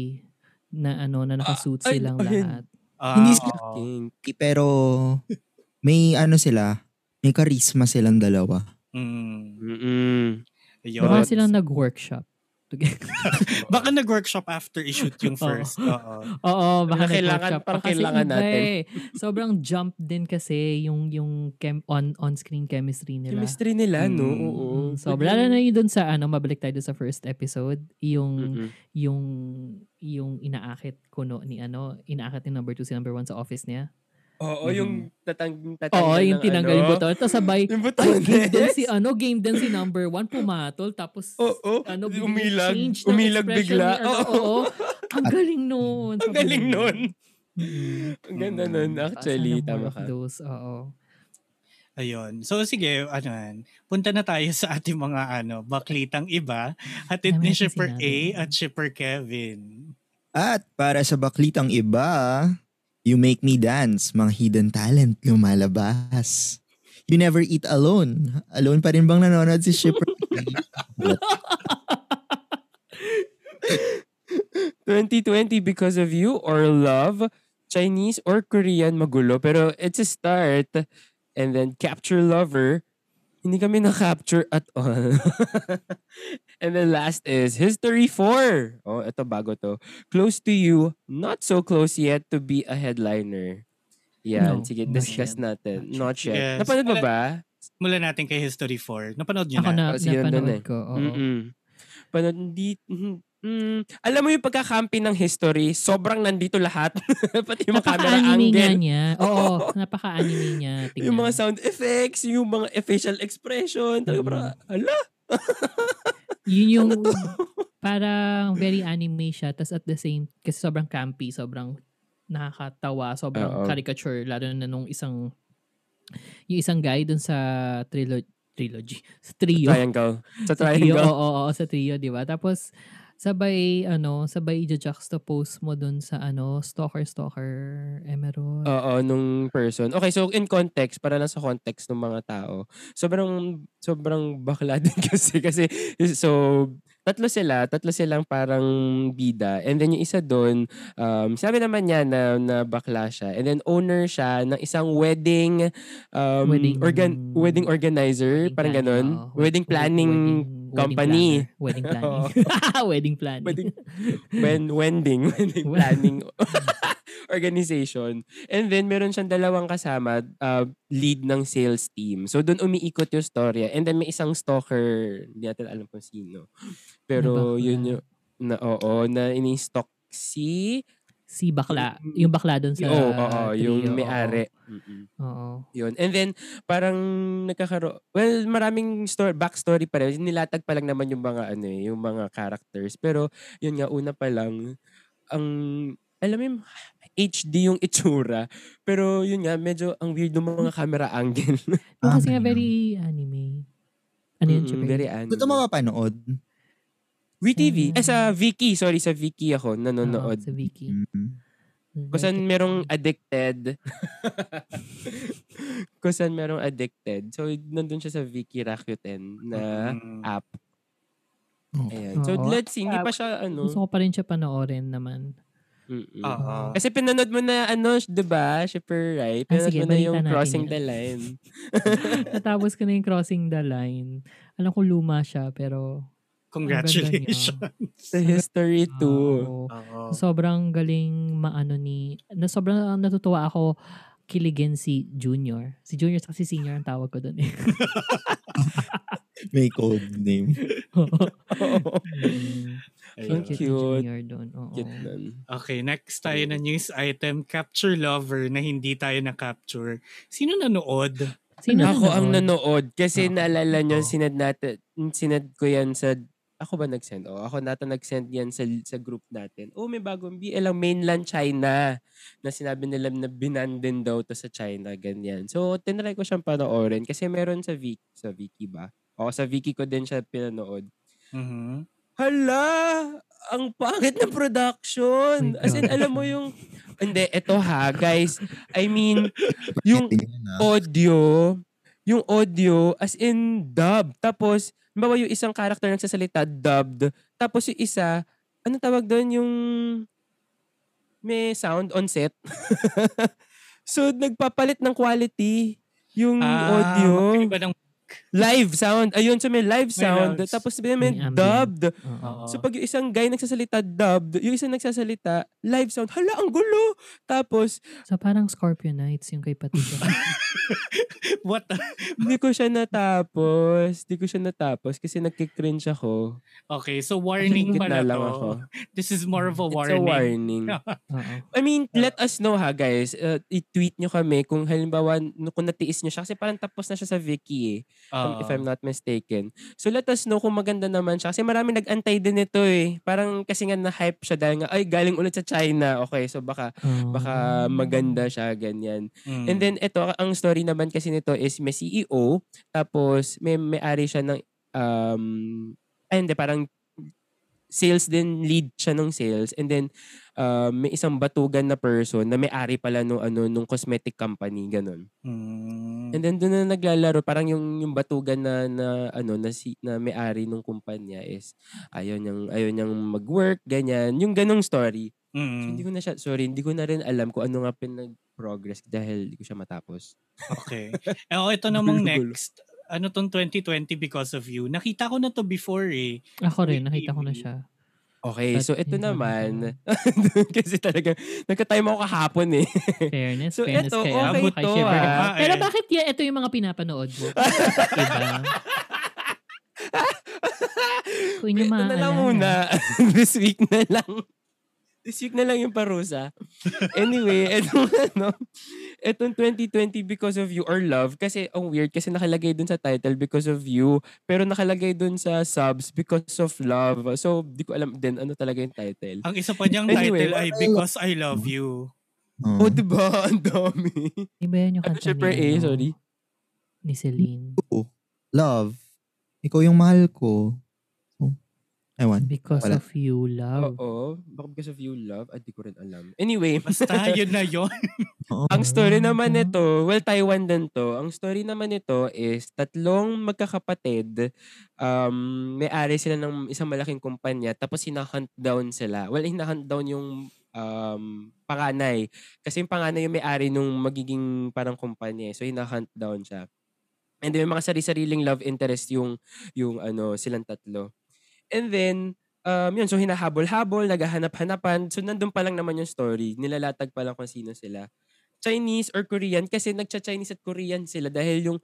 Speaker 2: na ano, na nakasuit
Speaker 4: ay,
Speaker 2: silang
Speaker 4: ayun.
Speaker 2: lahat.
Speaker 5: Ah,
Speaker 3: Hindi sila-
Speaker 5: oo.
Speaker 4: King.
Speaker 3: Pero, may ano sila, may karisma silang dalawa.
Speaker 5: Mm,
Speaker 4: Mm-mm.
Speaker 5: ayun.
Speaker 2: Parang silang nag-workshop. together.
Speaker 5: Baka nag-workshop after i-shoot yung
Speaker 2: Oo.
Speaker 5: first. Oo.
Speaker 2: Oo, baka
Speaker 4: Parang kailangan-
Speaker 2: nag-workshop pa
Speaker 4: parang
Speaker 2: kasi
Speaker 4: kailangan
Speaker 2: iba
Speaker 4: natin.
Speaker 2: eh. Sobrang jump din kasi yung yung chem- on on-screen chemistry
Speaker 4: Diba?
Speaker 2: nila.
Speaker 4: Chemistry nila, no?
Speaker 5: Mm.
Speaker 4: Oo.
Speaker 2: Mm, Sobra lalo na yun dun sa ano, mabalik tayo dun sa first episode, yung
Speaker 4: Mm-mm.
Speaker 2: yung yung inaakit kuno ni ano, inaakit ni number 2 si number 1 sa office niya.
Speaker 4: Oo, yung tatang, tatanggal
Speaker 2: Oo, yung
Speaker 4: ng
Speaker 2: tinanggal
Speaker 4: ano.
Speaker 2: yung buto. Tapos sabay,
Speaker 4: Yung buto.
Speaker 2: ay, game din si ano, game din si number 1 pumatol tapos
Speaker 4: Oo,
Speaker 2: ano, biglang
Speaker 4: umilag.
Speaker 2: change ng
Speaker 4: Umilag
Speaker 2: expression
Speaker 4: bigla.
Speaker 2: ni ano,
Speaker 4: Oo.
Speaker 2: oo. Ang galing noon.
Speaker 4: Ang
Speaker 2: Sobrang
Speaker 4: galing nun.
Speaker 2: Mm.
Speaker 4: Ang ganda nun. Actually,
Speaker 2: Sana
Speaker 4: tama
Speaker 2: more of
Speaker 4: ka.
Speaker 2: Those, oo.
Speaker 5: Ayun. So sige, ano yan. Punta na tayo sa ating mga ano, baklitang iba. Hatid
Speaker 2: Dami
Speaker 5: ni
Speaker 2: natin
Speaker 5: Shipper A
Speaker 2: sinabi.
Speaker 5: at Shipper Kevin.
Speaker 3: At para sa baklitang iba, You Make Me Dance, mga hidden talent lumalabas. You Never Eat Alone. Alone pa rin bang nanonood si Shipper?
Speaker 4: 2020 because of you or love, Chinese or Korean magulo. Pero it's a start. And then capture lover. Hindi kami na-capture at all. And then last is History 4. Oh, ito bago to. Close to you, not so close yet to be a headliner.
Speaker 2: No,
Speaker 4: Yan, sige,
Speaker 2: not
Speaker 4: discuss
Speaker 2: yet.
Speaker 4: natin.
Speaker 2: Not
Speaker 4: Not yet.
Speaker 5: Yes.
Speaker 4: Napanood mo
Speaker 5: Wala-
Speaker 4: ba?
Speaker 5: Mula natin kay History 4. Napanood niyo
Speaker 2: Ako
Speaker 5: na.
Speaker 2: na,
Speaker 4: Oh, sige, nandun
Speaker 2: napanood
Speaker 4: eh.
Speaker 2: ko. oo.
Speaker 4: Mm-mm. Panood, hindi, mm, alam mo yung pagkakampi ng history, sobrang nandito lahat. Pati yung mga camera
Speaker 2: Napaka-anime nga
Speaker 4: angle.
Speaker 2: niya. Oo, napaka-anime niya. Tingnan.
Speaker 4: Yung mga sound effects, yung mga facial expression. Talaga
Speaker 2: Mm.
Speaker 4: parang, ala,
Speaker 2: Yun yung
Speaker 4: Ano?
Speaker 2: parang very anime siya. Tapos at the same, kasi sobrang campy, sobrang nakakatawa, sobrang
Speaker 4: Oo.
Speaker 2: caricature. Lalo na nung isang, yung isang guy dun sa trilo- trilogy, sa trio.
Speaker 4: triangle.
Speaker 2: Sa
Speaker 4: Sa
Speaker 2: trio, oo,
Speaker 4: triangle.
Speaker 2: oo, oo, sa trio, di ba? Tapos, sabay, ano, sabay i-juxtapose mo dun sa, ano, stalker, stalker, emerald.
Speaker 4: Oo, nung person. Okay, so in context, para lang sa context ng mga tao, sobrang, sobrang bakla din kasi. Kasi, so, tatlo sila, tatlo silang parang bida. And then yung isa doon, um, sabi naman niya na, na bakla siya. And then owner siya ng isang wedding, um,
Speaker 2: Wedding-
Speaker 4: organ, wedding organizer, parang ganun.
Speaker 2: planning, oo.
Speaker 4: Wedding planning
Speaker 2: wedding
Speaker 4: company.
Speaker 2: planner, Wedding planning. wedding planning.
Speaker 4: Wedding- When, wending, wending
Speaker 2: Wen-
Speaker 4: planning organization. And then, meron siyang dalawang kasama, uh, lead ng sales team. So, doon umiikot yung storya. And then, may isang stalker, hindi natin alam kung sino. Pero,
Speaker 2: Ano ba?
Speaker 4: yun yung, na, oo, na ini-stalk si,
Speaker 2: si bakla. Yung bakla dun sa
Speaker 4: oo, oo, yung
Speaker 2: trio,
Speaker 4: may-ari. Mm-mm.
Speaker 2: Oo. Oo.
Speaker 4: Yun. And then, parang nagkakaroon, well, maraming story, backstory pa rin. Nilatag pa lang naman yung mga, ano eh, yung mga characters. Pero, yun nga, una pa lang, ang, alam mo yung, HD yung itsura. Pero, yun nga, medyo ang weird ng mga camera angle.
Speaker 2: No, kasi nga
Speaker 3: Ah,
Speaker 2: very anime. Ano yun,
Speaker 4: Mm,
Speaker 2: Chipper?
Speaker 4: Very anime.
Speaker 3: Gusto mo mapanood?
Speaker 4: WeTV.
Speaker 2: Sa-
Speaker 4: Eh, sa Viki. Sorry, sa Viki ako
Speaker 2: Hmm. Oo,
Speaker 4: nanonood.
Speaker 2: Sa Wiki. Mm-hmm.
Speaker 3: Mm.
Speaker 4: Kung saan merong addicted. Kung saan merong addicted. So, nandun siya sa Viki Rakuten
Speaker 2: Mm-hmm.
Speaker 4: na
Speaker 5: Mm.
Speaker 4: app.
Speaker 3: Okay.
Speaker 4: Ayan. So,
Speaker 2: Oo.
Speaker 4: let's see. Hindi pa siya, ano.
Speaker 2: Gusto ko pa rin siya panoorin naman.
Speaker 4: mm-mm.
Speaker 5: Oo.
Speaker 4: Kasi pinanood mo na, ano, sh- 'di ba Shipper, right?
Speaker 2: Ah,
Speaker 4: Pinanood
Speaker 2: sige,
Speaker 4: mo na
Speaker 2: balita
Speaker 4: yung
Speaker 2: natin
Speaker 4: Crossing
Speaker 2: yun.
Speaker 4: the Line.
Speaker 2: Natapos ko na yung Crossing the Line. Alam ko luma siya, pero... ang ganda niya.
Speaker 5: Congratulations.
Speaker 4: Sa History 2.
Speaker 2: Oo.
Speaker 5: Oo.
Speaker 2: Sobrang galing maano ni... Na sobrang natutuwa ako kiligin si Junior. Si Junior kasi senior ang tawag ko doon eh.
Speaker 3: May code name.
Speaker 2: Ang
Speaker 5: Ayun.
Speaker 2: cute ni
Speaker 4: Cute.
Speaker 2: Junior doon. Oo.
Speaker 4: Cute nun.
Speaker 5: Okay, next tayo na news item, Capture Lover na hindi tayo na-capture. Sino nanood?
Speaker 2: Sino
Speaker 4: Ako ang
Speaker 2: nanonood?
Speaker 4: nanood. Kasi
Speaker 5: Oo.
Speaker 4: naalala nyo,
Speaker 5: Oo.
Speaker 4: sinad, natin, sinad ko yan sa... Ako ba nag-send? Oo, ako nata nag-send yan sa, sa group natin. Oh, may bagong BL ang mainland China na sinabi nila na binan din daw to sa China, ganyan. So, tinry ko siyang panoorin kasi meron sa Viki, sa Viki ba? Oo, sa Viki ko din siya pinanood.
Speaker 5: Mhm.
Speaker 4: Hala! Ang pangit ng
Speaker 2: Oh
Speaker 4: production!
Speaker 2: My
Speaker 4: As in,
Speaker 2: God.
Speaker 4: alam mo yung... Hindi, eto ha, guys. I mean, yung
Speaker 3: Tingnan na.
Speaker 4: audio, yung audio, as in dub. Tapos, bawa yung isang character nagsasalita, dubbed. Tapos yung isa, ano tawag doon yung may sound on set. so, nagpapalit ng quality yung
Speaker 5: Ah,
Speaker 4: audio.
Speaker 5: magkaiba ng
Speaker 4: Live sound. Ayun, so may live sound.
Speaker 5: lounge.
Speaker 4: tapos may,
Speaker 2: May
Speaker 4: may
Speaker 2: ambient.
Speaker 4: dubbed.
Speaker 2: Oo.
Speaker 4: So pag yung isang guy nagsasalita dubbed, yung isang nagsasalita live sound. Hala, ang gulo! Tapos,
Speaker 2: So parang Scorpio Nights yung kay Patito.
Speaker 5: What the?
Speaker 4: hindi ko siya natapos. Hindi ko siya natapos kasi nagkikringe ako.
Speaker 5: Okay, so warning
Speaker 4: Gitna
Speaker 5: pala
Speaker 4: lang
Speaker 5: to.
Speaker 4: ako.
Speaker 5: This is more of a
Speaker 4: It's a
Speaker 5: warning.
Speaker 4: warning.
Speaker 2: Oo.
Speaker 4: I mean, let us know ha guys. Uh, i-tweet nyo kami kung halimbawa n- kung natiis nyo siya. Kasi parang tapos na siya sa Vicky eh.
Speaker 5: Oo.
Speaker 4: if I'm not mistaken. So let us know kung maganda naman siya. Kasi marami nag-antay din ito eh. Parang kasi nga na-hype siya dahil nga, ay galing ulit sa China. Okay, so baka
Speaker 2: Oo.
Speaker 4: baka
Speaker 5: Hmm.
Speaker 4: maganda siya, ganyan.
Speaker 5: Mm.
Speaker 4: And then ito, ang story naman kasi nito is may CEO, tapos may may-ari siya ng, um, ay hindi, parang sales din, lead siya ng sales. And then, um, may isang batugan na person na may-ari pala nung, ano, nung cosmetic company, ganun.
Speaker 5: Mm.
Speaker 4: And then doon na naglalaro parang yung yung batugan na na ano na si na may-ari ng kumpanya is ayaw niyang ayaw niyang mag-work ganyan yung ganong story. So,
Speaker 5: Mm.
Speaker 4: hindi ko na siya sorry, hindi ko na rin alam kung ano nga pinag-progress dahil hindi ko siya matapos.
Speaker 5: Okay. Eh, oh, ito namang
Speaker 4: Gulo-gulo.
Speaker 5: next. Ano tong 2020 because of you? Nakita ko na to before eh.
Speaker 2: Ako rin, nakita ko na siya.
Speaker 4: Okay,
Speaker 2: At
Speaker 4: so ito
Speaker 2: hindi ko
Speaker 4: naman kasi talaga nagka-time ako kahapon eh.
Speaker 2: Fairness,
Speaker 4: So,
Speaker 2: fairness
Speaker 4: eto,
Speaker 2: kay
Speaker 4: okay
Speaker 2: Abot, kay
Speaker 4: to,
Speaker 2: Shiver.
Speaker 5: ah.
Speaker 2: Pero
Speaker 5: Eh.
Speaker 2: bakit yan, ito yung mga pinapanood mo? Diba? Iba. Kung ano, inyo
Speaker 4: Ito Ano na lang
Speaker 2: maaalala.
Speaker 4: muna. This week na lang. This week na lang yung parusa. Anyway, etong ano, etong 2020 Because of You or Love, kasi ang weird kasi nakalagay dun sa title Because of You, pero nakalagay dun sa subs Because of Love. So, di ko alam din ano talaga yung title.
Speaker 5: Ang isa pa niyang
Speaker 4: Anyway,
Speaker 5: title ay Because I Love You.
Speaker 3: Oh.
Speaker 4: Oh, diba? Ang dami.
Speaker 2: Iba yan yung
Speaker 4: Ano,
Speaker 2: kanta
Speaker 4: syempre,
Speaker 2: ni,
Speaker 4: eh,
Speaker 2: ano,
Speaker 4: sorry.
Speaker 2: ni Celine.
Speaker 3: Oh. Love. Ikaw yung mahal ko. Oh. Ewan.
Speaker 2: Because
Speaker 3: Wala.
Speaker 2: of you, love.
Speaker 4: Oo. Baka Because of You, Love. Ah, di ko rin alam. Anyway.
Speaker 5: Basta yun na yun.
Speaker 3: Oo.
Speaker 4: Ang story
Speaker 2: Ah,
Speaker 4: naman
Speaker 2: okay.
Speaker 4: nito, well, Taiwan din to. Ang story naman nito is tatlong magkakapatid, um, may-ari sila ng isang malaking kumpanya, tapos hinahunt down sila. Well, hinahunt down yung um, panganay. Kasi yung panganay yung may-ari nung magiging parang kumpanya. eh. So, hinahunt down siya. And then, may mga sari-sariling love interest yung, yung ano, silang tatlo. And then, um, yun, so hinahabol-habol, naghahanap-hanapan. So, nandun pa lang naman yung story. Nilalatag pa lang kung sino sila. Chinese or Korean kasi nagcha-Chinese at Korean sila dahil yung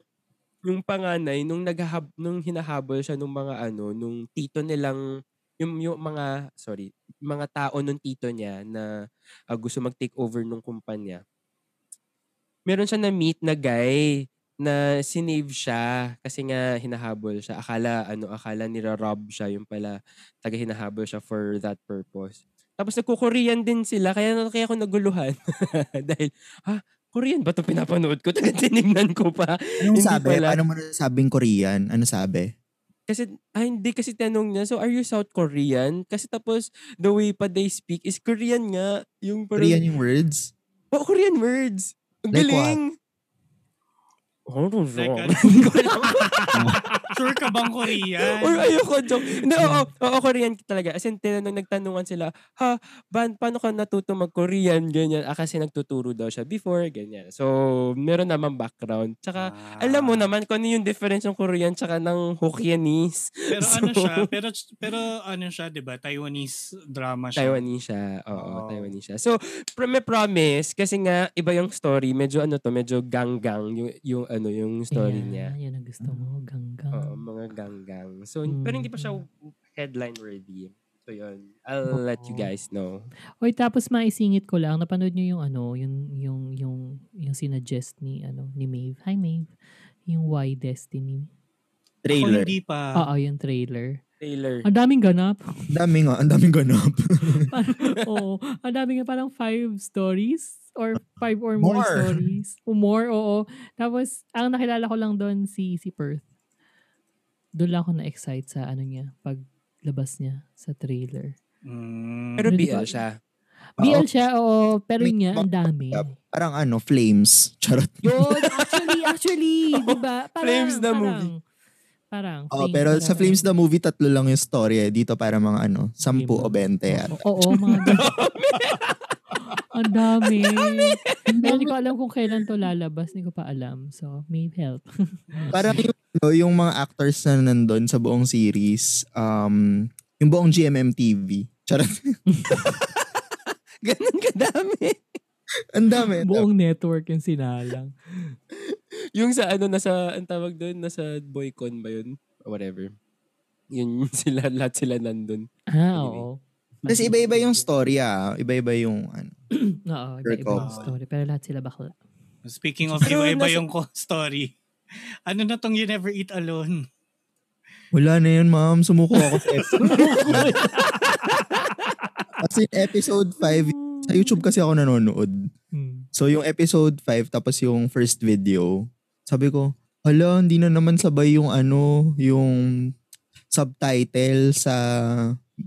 Speaker 4: yung panganay nung naghahab nung hinahabol siya nung mga ano nung tito nilang yung, yung mga sorry mga tao nung tito niya na ah, gusto mag-take over nung kumpanya. Meron siya na meet na guy na sinave siya kasi nga hinahabol siya. Akala ano akala nira-rob siya yung pala taga hinahabol siya for that purpose. Tapos nagko-Korean din sila kaya kaya ako naguluhan dahil ha Korean ba 'tong pinapanood ko? Taga tinignan ko pa.
Speaker 3: Anong
Speaker 4: Hindi
Speaker 3: sabi?
Speaker 4: pala.
Speaker 3: Paano mo nasabing Korean? Ano sabi?
Speaker 4: Kasi, ah, hindi kasi tanong niya, so are you South Korean? Kasi tapos, the way pa they speak is Korean nga. Yung parang,
Speaker 3: Korean yung words?
Speaker 4: Oh, Korean words. Ang
Speaker 3: Like
Speaker 4: galing. I don't
Speaker 5: Like,
Speaker 4: know.
Speaker 5: ano?
Speaker 4: Hindi ko alam.
Speaker 5: Sure ka bang Korean?
Speaker 4: Or ayoko, joke. Hindi,
Speaker 3: Ano?
Speaker 4: oo, oo, Korean talaga. As in, tinanong, nagtanungan sila, ha, ban, paano ka natuto mag-Korean? Ganyan. Ah, kasi nagtuturo daw siya before, ganyan. So, meron naman background. Tsaka, alam mo naman kung ano yung difference ng Korean tsaka ng Hokkien-Ese.
Speaker 5: Pero ano
Speaker 4: So-
Speaker 5: siya, pero pero ano siya, 'di ba? Taiwanese drama siya.
Speaker 4: Taiwanese siya. Oo,
Speaker 5: Oo.
Speaker 4: Taiwanese siya. So, pr- may promise kasi nga iba yung story, medyo ano to, medyo ganggang yung yung ano yung story
Speaker 2: Ayan,
Speaker 4: niya.
Speaker 2: Yan ang gusto mo, ganggang.
Speaker 4: Oo, mga ganggang. So, pero hindi pa siya
Speaker 2: Mm.
Speaker 4: headline worthy. So, yun. I'll let you
Speaker 2: Oo.
Speaker 4: guys know.
Speaker 2: Oy, tapos maisingit ko lang, napanood niyo yung ano, yung yung yung yung sinuggest ni ano ni Maeve. Hi Maeve. Yung Why Destiny.
Speaker 5: Ako
Speaker 3: Trailer.
Speaker 5: hindi
Speaker 4: Ah.
Speaker 5: pa.
Speaker 2: Oo, yung trailer.
Speaker 4: Taylor.
Speaker 2: Ang daming ganap.
Speaker 3: Ang dami nga. Ang daming ganap.
Speaker 2: Parang- Oo. Ang dami nga parang five stories or five or more,
Speaker 3: More.
Speaker 2: stories. O more, oo. Tapos, ang nakilala ko lang doon si si Perth. Doon lang ako na-excite sa ano niya, paglabas niya sa trailer.
Speaker 5: Mm.
Speaker 4: Pero
Speaker 2: Hindi
Speaker 4: BL
Speaker 2: pa.
Speaker 4: siya.
Speaker 2: BL siya, oo. Pero
Speaker 3: May
Speaker 2: yun nga, ang dami.
Speaker 3: Yep. Parang ano, flames. Charot.
Speaker 2: Yun, actually, actually, di ba? Parang,
Speaker 4: Flames the
Speaker 2: parang,
Speaker 4: movie.
Speaker 2: Parang.
Speaker 3: Oh,
Speaker 2: Flames
Speaker 3: pero
Speaker 2: talaga.
Speaker 3: sa Flames the Movie, tatlo lang yung ah. story eh. Dito para mga ano, sampu o bente yata.
Speaker 2: Oo, oo, mga ganun. Ang dami. Pero hindi ko alam kung kailan to lalabas. Hindi ko pa alam. So, may help.
Speaker 3: Parang yung, ano, yung mga actors na nandun sa buong series, um, yung buong GMMTV. Charot.
Speaker 4: Ganun kadami.
Speaker 3: Ang dami.
Speaker 2: Buong network yung sinalang.
Speaker 4: Yung sa ano, nasa, ang tawag doon, nasa boycon ba yun? Or Whatever. Yun sila, lahat sila nandun.
Speaker 2: Ah, oo.
Speaker 3: Tapos iba-iba yung story ah. Iba-iba yung ano.
Speaker 2: Oo, iba-iba yung
Speaker 5: Sure,
Speaker 2: story. Pero lahat sila bakla.
Speaker 5: Speaking of
Speaker 4: Pero
Speaker 5: iba, iba
Speaker 4: nasa-
Speaker 5: yung ko- story. Ano na tong You Never Eat Alone?
Speaker 3: Wala na yun ma'am. Sumuko ako sa episode. kasi episode 5, sa YouTube kasi ako nanonood.
Speaker 2: Hmm.
Speaker 3: So yung episode 5 tapos yung first video, sabi ko, hala, hindi na naman sabay yung ano, yung subtitle sa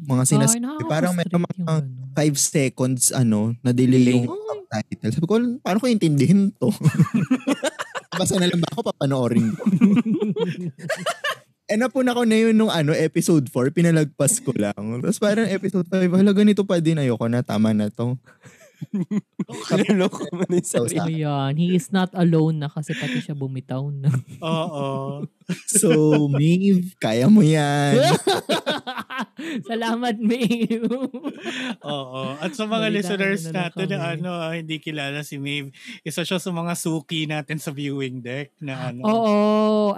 Speaker 3: mga sinas...
Speaker 2: Ay, nakaka-frustrate
Speaker 3: parang may mga
Speaker 2: yung ano.
Speaker 3: 5 seconds ano, na delay yung subtitle. Sabi ko, paano ko intindihin to? Basta na lang ba ako papanoorin? Eh napuna ko na yun nung ano, episode 4, pinalagpas ko lang. Tapos parang episode 5, hala ganito pa din, ayoko na, tama na to.
Speaker 4: Naloko mo na yung sarili.
Speaker 3: Sa-
Speaker 2: Ayan, he is not alone na kasi pati siya bumitaw na.
Speaker 5: Oo.
Speaker 3: So, Maeve, kaya mo yan.
Speaker 2: Salamat, Mayu.
Speaker 5: Oo. At sa
Speaker 2: Balita
Speaker 5: mga
Speaker 2: ano
Speaker 5: listeners
Speaker 2: na lang
Speaker 5: natin na
Speaker 2: kami.
Speaker 5: ano, ah, hindi kilala si Maeve, isa siya sa mga suki natin sa viewing deck na ano.
Speaker 2: Oo,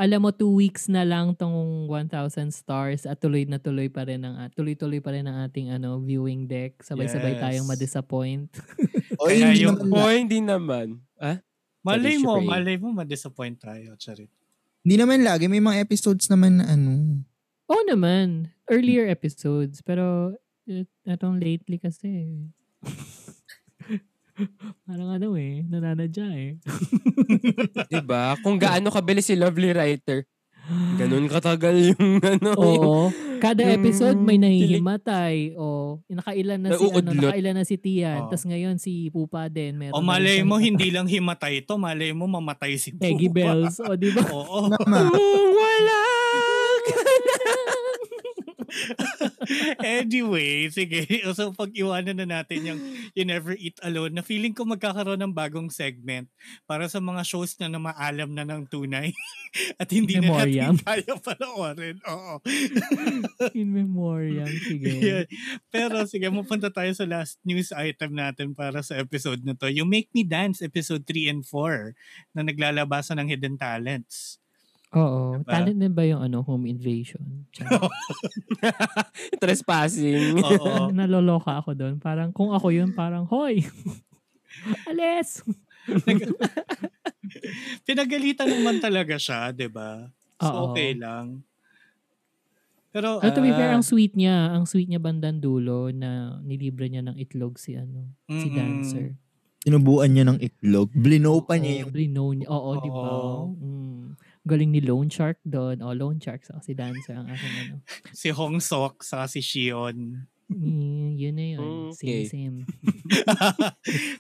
Speaker 2: alam mo, two weeks na lang tong 1,000 stars at tuloy na tuloy pa rin ang, tuloy-tuloy pa rin ang ating ano, viewing deck. Sabay-sabay
Speaker 5: Yes.
Speaker 2: tayong madisappoint.
Speaker 3: O,
Speaker 5: Kaya
Speaker 3: hindi
Speaker 5: yung-
Speaker 3: naman
Speaker 4: O, hindi naman. Ah?
Speaker 5: malay
Speaker 4: Sorry,
Speaker 5: mo,
Speaker 4: Shipper.
Speaker 5: malay mo, ma-disappoint tayo. Charit.
Speaker 3: Hindi naman lagi. May mga episodes naman na ano.
Speaker 2: Oo naman, earlier episodes. Pero eh, etong lately kasi. eh. Parang ano eh, nananadya eh.
Speaker 4: Diba? Kung gaano kabilis si Lovely Writer, ganun katagal yung ano. yung-
Speaker 2: Oo. Kada
Speaker 5: Hmm,
Speaker 4: yung
Speaker 2: episode may
Speaker 4: kilig.
Speaker 2: nahihimatay. O, nakailan na si, ano,
Speaker 4: Nauudlot.
Speaker 2: nakailan na si Tian.
Speaker 5: Oo.
Speaker 2: Tapos ngayon si Pupa din. Meron
Speaker 5: Ah. O
Speaker 2: na rin
Speaker 5: malay
Speaker 2: siyang
Speaker 5: mo,
Speaker 2: iba-
Speaker 5: hindi lang himatay to, malay mo, mamatay si Pupa.
Speaker 2: Peggy Bells. O, di ba?
Speaker 5: Oo.
Speaker 3: Tama.
Speaker 4: Kung wala ka
Speaker 5: anyway, sige. So, pag-iwanan na natin yung You Never Eat Alone, na feeling ko magkakaroon ng bagong segment para sa mga shows na namaalam na ng tunay at hindi
Speaker 2: Memoriam.
Speaker 5: na natin kaya panoorin. Oo.
Speaker 2: In memoriam. Sige.
Speaker 5: Yun. Pero sige, mapunta tayo sa last news item natin para sa episode na to. You Make Me Dance, episode 3 and 4, na naglalabasan ng Hidden Talents.
Speaker 2: Oo.
Speaker 5: Diba?
Speaker 2: Talent din ba yung ano, home invasion? Tsaka,
Speaker 4: Trespassing.
Speaker 5: Oo.
Speaker 2: Naloloka ako doon. Parang kung ako yun, parang, hoy! Alis!
Speaker 5: Pinagalitan naman talaga siya, di ba?
Speaker 2: Oo.
Speaker 5: So, okay lang. Pero,
Speaker 2: Pero to be fair,
Speaker 4: Ah.
Speaker 2: ang sweet niya, ang sweet niya bandang dulo na nilibre niya ng itlog si ano, si
Speaker 5: ah, Mm-mm.
Speaker 2: dancer.
Speaker 3: Tinubuan niya ng itlog. Blinow pa Diba niya yung...
Speaker 2: Probably known. Oo, di ba?
Speaker 5: Oo.
Speaker 2: Mm. Galing ni Lone Shark doon. O, Lone Shark. Saka si Dancer ang aking ano.
Speaker 5: si Hong Sok sa si Shion.
Speaker 2: Mm, yun na yun.
Speaker 4: Okay.
Speaker 2: Same, same.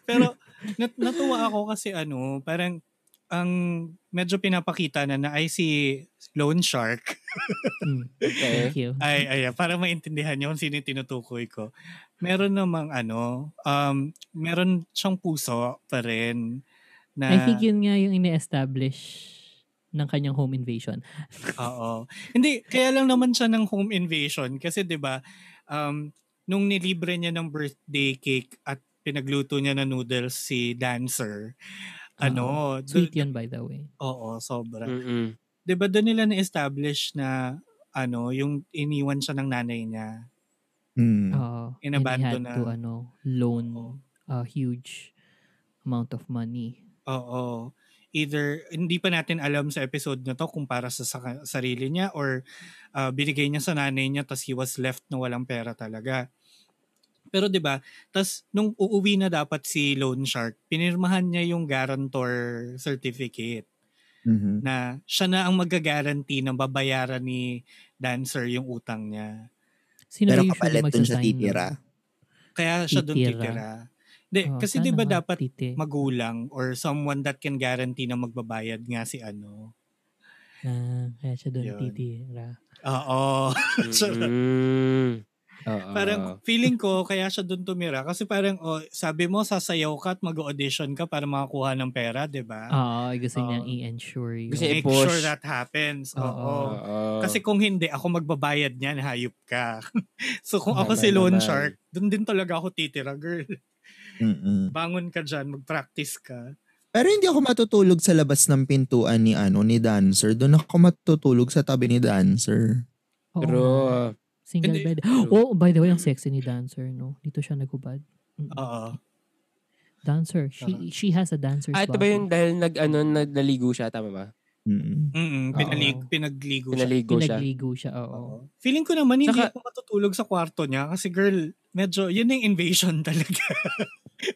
Speaker 5: Pero nat- natuwa ako kasi ano, parang ang medyo pinapakita na na ay si Lone Shark.
Speaker 2: Mm.
Speaker 4: Okay.
Speaker 2: Thank you.
Speaker 5: Ay, ay, para maintindihan niyo kung sino yung tinutukoy ko. Meron namang ano, um, meron siyang puso pa rin na,
Speaker 2: I think yun nga yung ine-establish ng kanyang home invasion.
Speaker 5: oo. Hindi, kaya lang naman siya ng home invasion kasi 'di ba um, nung nilibre niya ng birthday cake at pinagluto niya ng noodles si Dancer, ano, dun-
Speaker 2: Sweet yun, by the way.
Speaker 5: Oo, sobra.
Speaker 4: Mm-mm.
Speaker 5: 'Di ba doon nila na-establish na ano, yung iniwan siya ng nanay niya.
Speaker 3: Hmm.
Speaker 2: Oo. and he had
Speaker 5: Inabandon na.
Speaker 2: to, ano, loan
Speaker 5: Oo.
Speaker 2: a huge amount of money.
Speaker 5: Oo. Either hindi pa natin alam sa episode na to kung para sa, sa- sarili niya or ah, binigay niya sa nanay niya tapos he was left na walang pera talaga. Pero 'di ba? Tapos nung uuwi na dapat si Loan Shark, pinirmahan niya yung guarantor certificate
Speaker 3: Mhm.
Speaker 5: na siya na ang magagarantee ng babayaran ni Dancer yung utang niya.
Speaker 2: Sino
Speaker 3: Pero
Speaker 2: ba usually
Speaker 3: kapalit dun siya
Speaker 2: magsasign nun?
Speaker 3: titira.
Speaker 5: Kaya siya doon
Speaker 2: Titira.
Speaker 5: titira. Hindi,
Speaker 2: Oo,
Speaker 5: Eh, kasi
Speaker 2: sana
Speaker 5: 'di ba
Speaker 2: nga,
Speaker 5: dapat
Speaker 2: titi.
Speaker 5: magulang or someone that can guarantee na magbabayad nga si ano.
Speaker 2: Ah, kaya siya doon
Speaker 5: Yun.
Speaker 2: titira.
Speaker 5: Oo. So,
Speaker 4: Mm-mm. Oo.
Speaker 5: Parang feeling ko kaya siya doon tumira kasi parang oh, sabi mo sasayaw ka at mag-audition ka para makakuha ng pera, 'di ba?
Speaker 2: Oo, gusto
Speaker 5: Ah, Oo.
Speaker 2: niyang i-ensure yun.
Speaker 4: Gusto
Speaker 5: Make
Speaker 4: niya- Ah, i-push.
Speaker 5: sure that happens.
Speaker 2: Oo.
Speaker 5: Oo.
Speaker 4: Oo.
Speaker 5: Kasi kung hindi, ako magbabayad niyan, hayop ka. so kung ako
Speaker 4: Tama
Speaker 5: si Lone
Speaker 4: naman.
Speaker 5: Shark, doon din talaga ako titira, girl.
Speaker 3: Mm-mm.
Speaker 5: Bangon ka dyan, mag-practice ka.
Speaker 3: Pero hindi ako matutulog sa labas ng pintuan ni ano ni dancer. Doon ako matutulog sa tabi ni dancer.
Speaker 2: Oo,
Speaker 4: True.
Speaker 2: Single bed.
Speaker 5: Hindi.
Speaker 2: Oh, by the way, ang sexy ni dancer, no? Dito siya nagubad. Mm-mm.
Speaker 5: Oo.
Speaker 2: Dancer. She she has a dancer's
Speaker 4: Ah, ito ba
Speaker 2: body.
Speaker 4: yun dahil nag, ano, nag- naligo siya, tama ba?
Speaker 3: Mm-mm.
Speaker 5: Mm-mm,
Speaker 4: Oo.
Speaker 5: pinalig- pinagligo siya.
Speaker 4: Naligo siya.
Speaker 2: Pinagligo siya, oo.
Speaker 5: Oo. Feeling ko naman hindi
Speaker 4: Saka-
Speaker 5: ako matutulog sa kwarto niya kasi girl, medyo yun na yung invasion talaga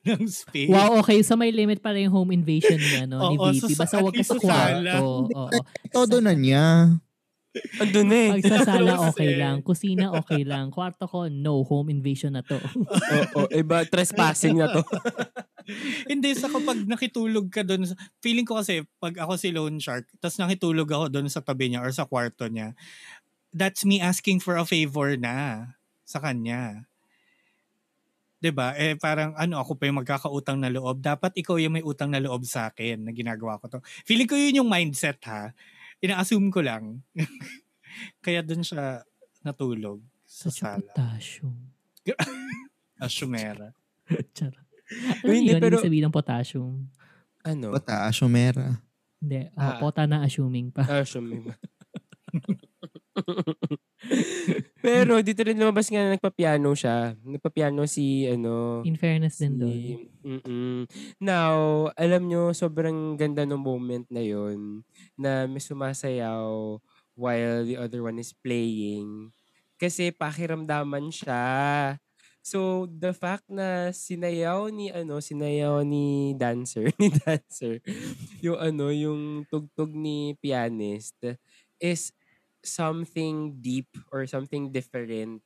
Speaker 5: ng space.
Speaker 2: Wow, okay. Sa may limit pala yung home invasion niya, no? ni
Speaker 5: Oo,
Speaker 2: VP.
Speaker 5: sa-
Speaker 2: Basta
Speaker 5: at
Speaker 2: huwag ka
Speaker 5: least
Speaker 2: sa
Speaker 5: sa sala.
Speaker 2: kwarto. Oo.
Speaker 3: Todo na niya.
Speaker 4: Andun
Speaker 2: Pag
Speaker 4: na eh.
Speaker 2: Oh, sa
Speaker 5: Close
Speaker 2: sala, okay
Speaker 5: eh.
Speaker 2: lang. Kusina, okay lang. Kwarto ko, no. Home invasion na to.
Speaker 4: Oo, iba, trespassing na to.
Speaker 5: Hindi, sa kapag nakitulog ka doon, feeling ko kasi pag ako si Lone Shark, tapos nakitulog ako doon sa tabi niya or sa kwarto niya, that's me asking for a favor na sa kanya. 'Di ba? Eh parang ano, ako pa yung magkakautang na loob. Dapat ikaw yung may utang na loob sa akin na ginagawa ko to. Feeling ko yun yung mindset ha. Ina-assume ko lang. Kaya doon siya natulog sa
Speaker 2: Such a
Speaker 5: sala.
Speaker 2: potassium.
Speaker 5: Asumera.
Speaker 2: Charot. Alam
Speaker 4: Hindi,
Speaker 2: niyo yun,
Speaker 4: pero-
Speaker 2: ibig sabihin ng potassium.
Speaker 4: Ano?
Speaker 3: Pata, Ashomera.
Speaker 2: Hindi, oh,
Speaker 4: Ah.
Speaker 2: pota na assuming pa.
Speaker 4: Ah, siya may ma- Pero dito rin lumabas nga na nagpa-piano siya. Nagpa-piano si ano...
Speaker 2: In fairness din doon.
Speaker 4: Si- Mm-mm. Now, alam nyo, sobrang ganda ng moment na yon na may sumasayaw while the other one is playing. Kasi pakiramdaman siya. So, the fact na sinayaw ni, ano, sinayaw ni dancer, ni dancer, yung ano, yung tugtog ni pianist is something deep or something different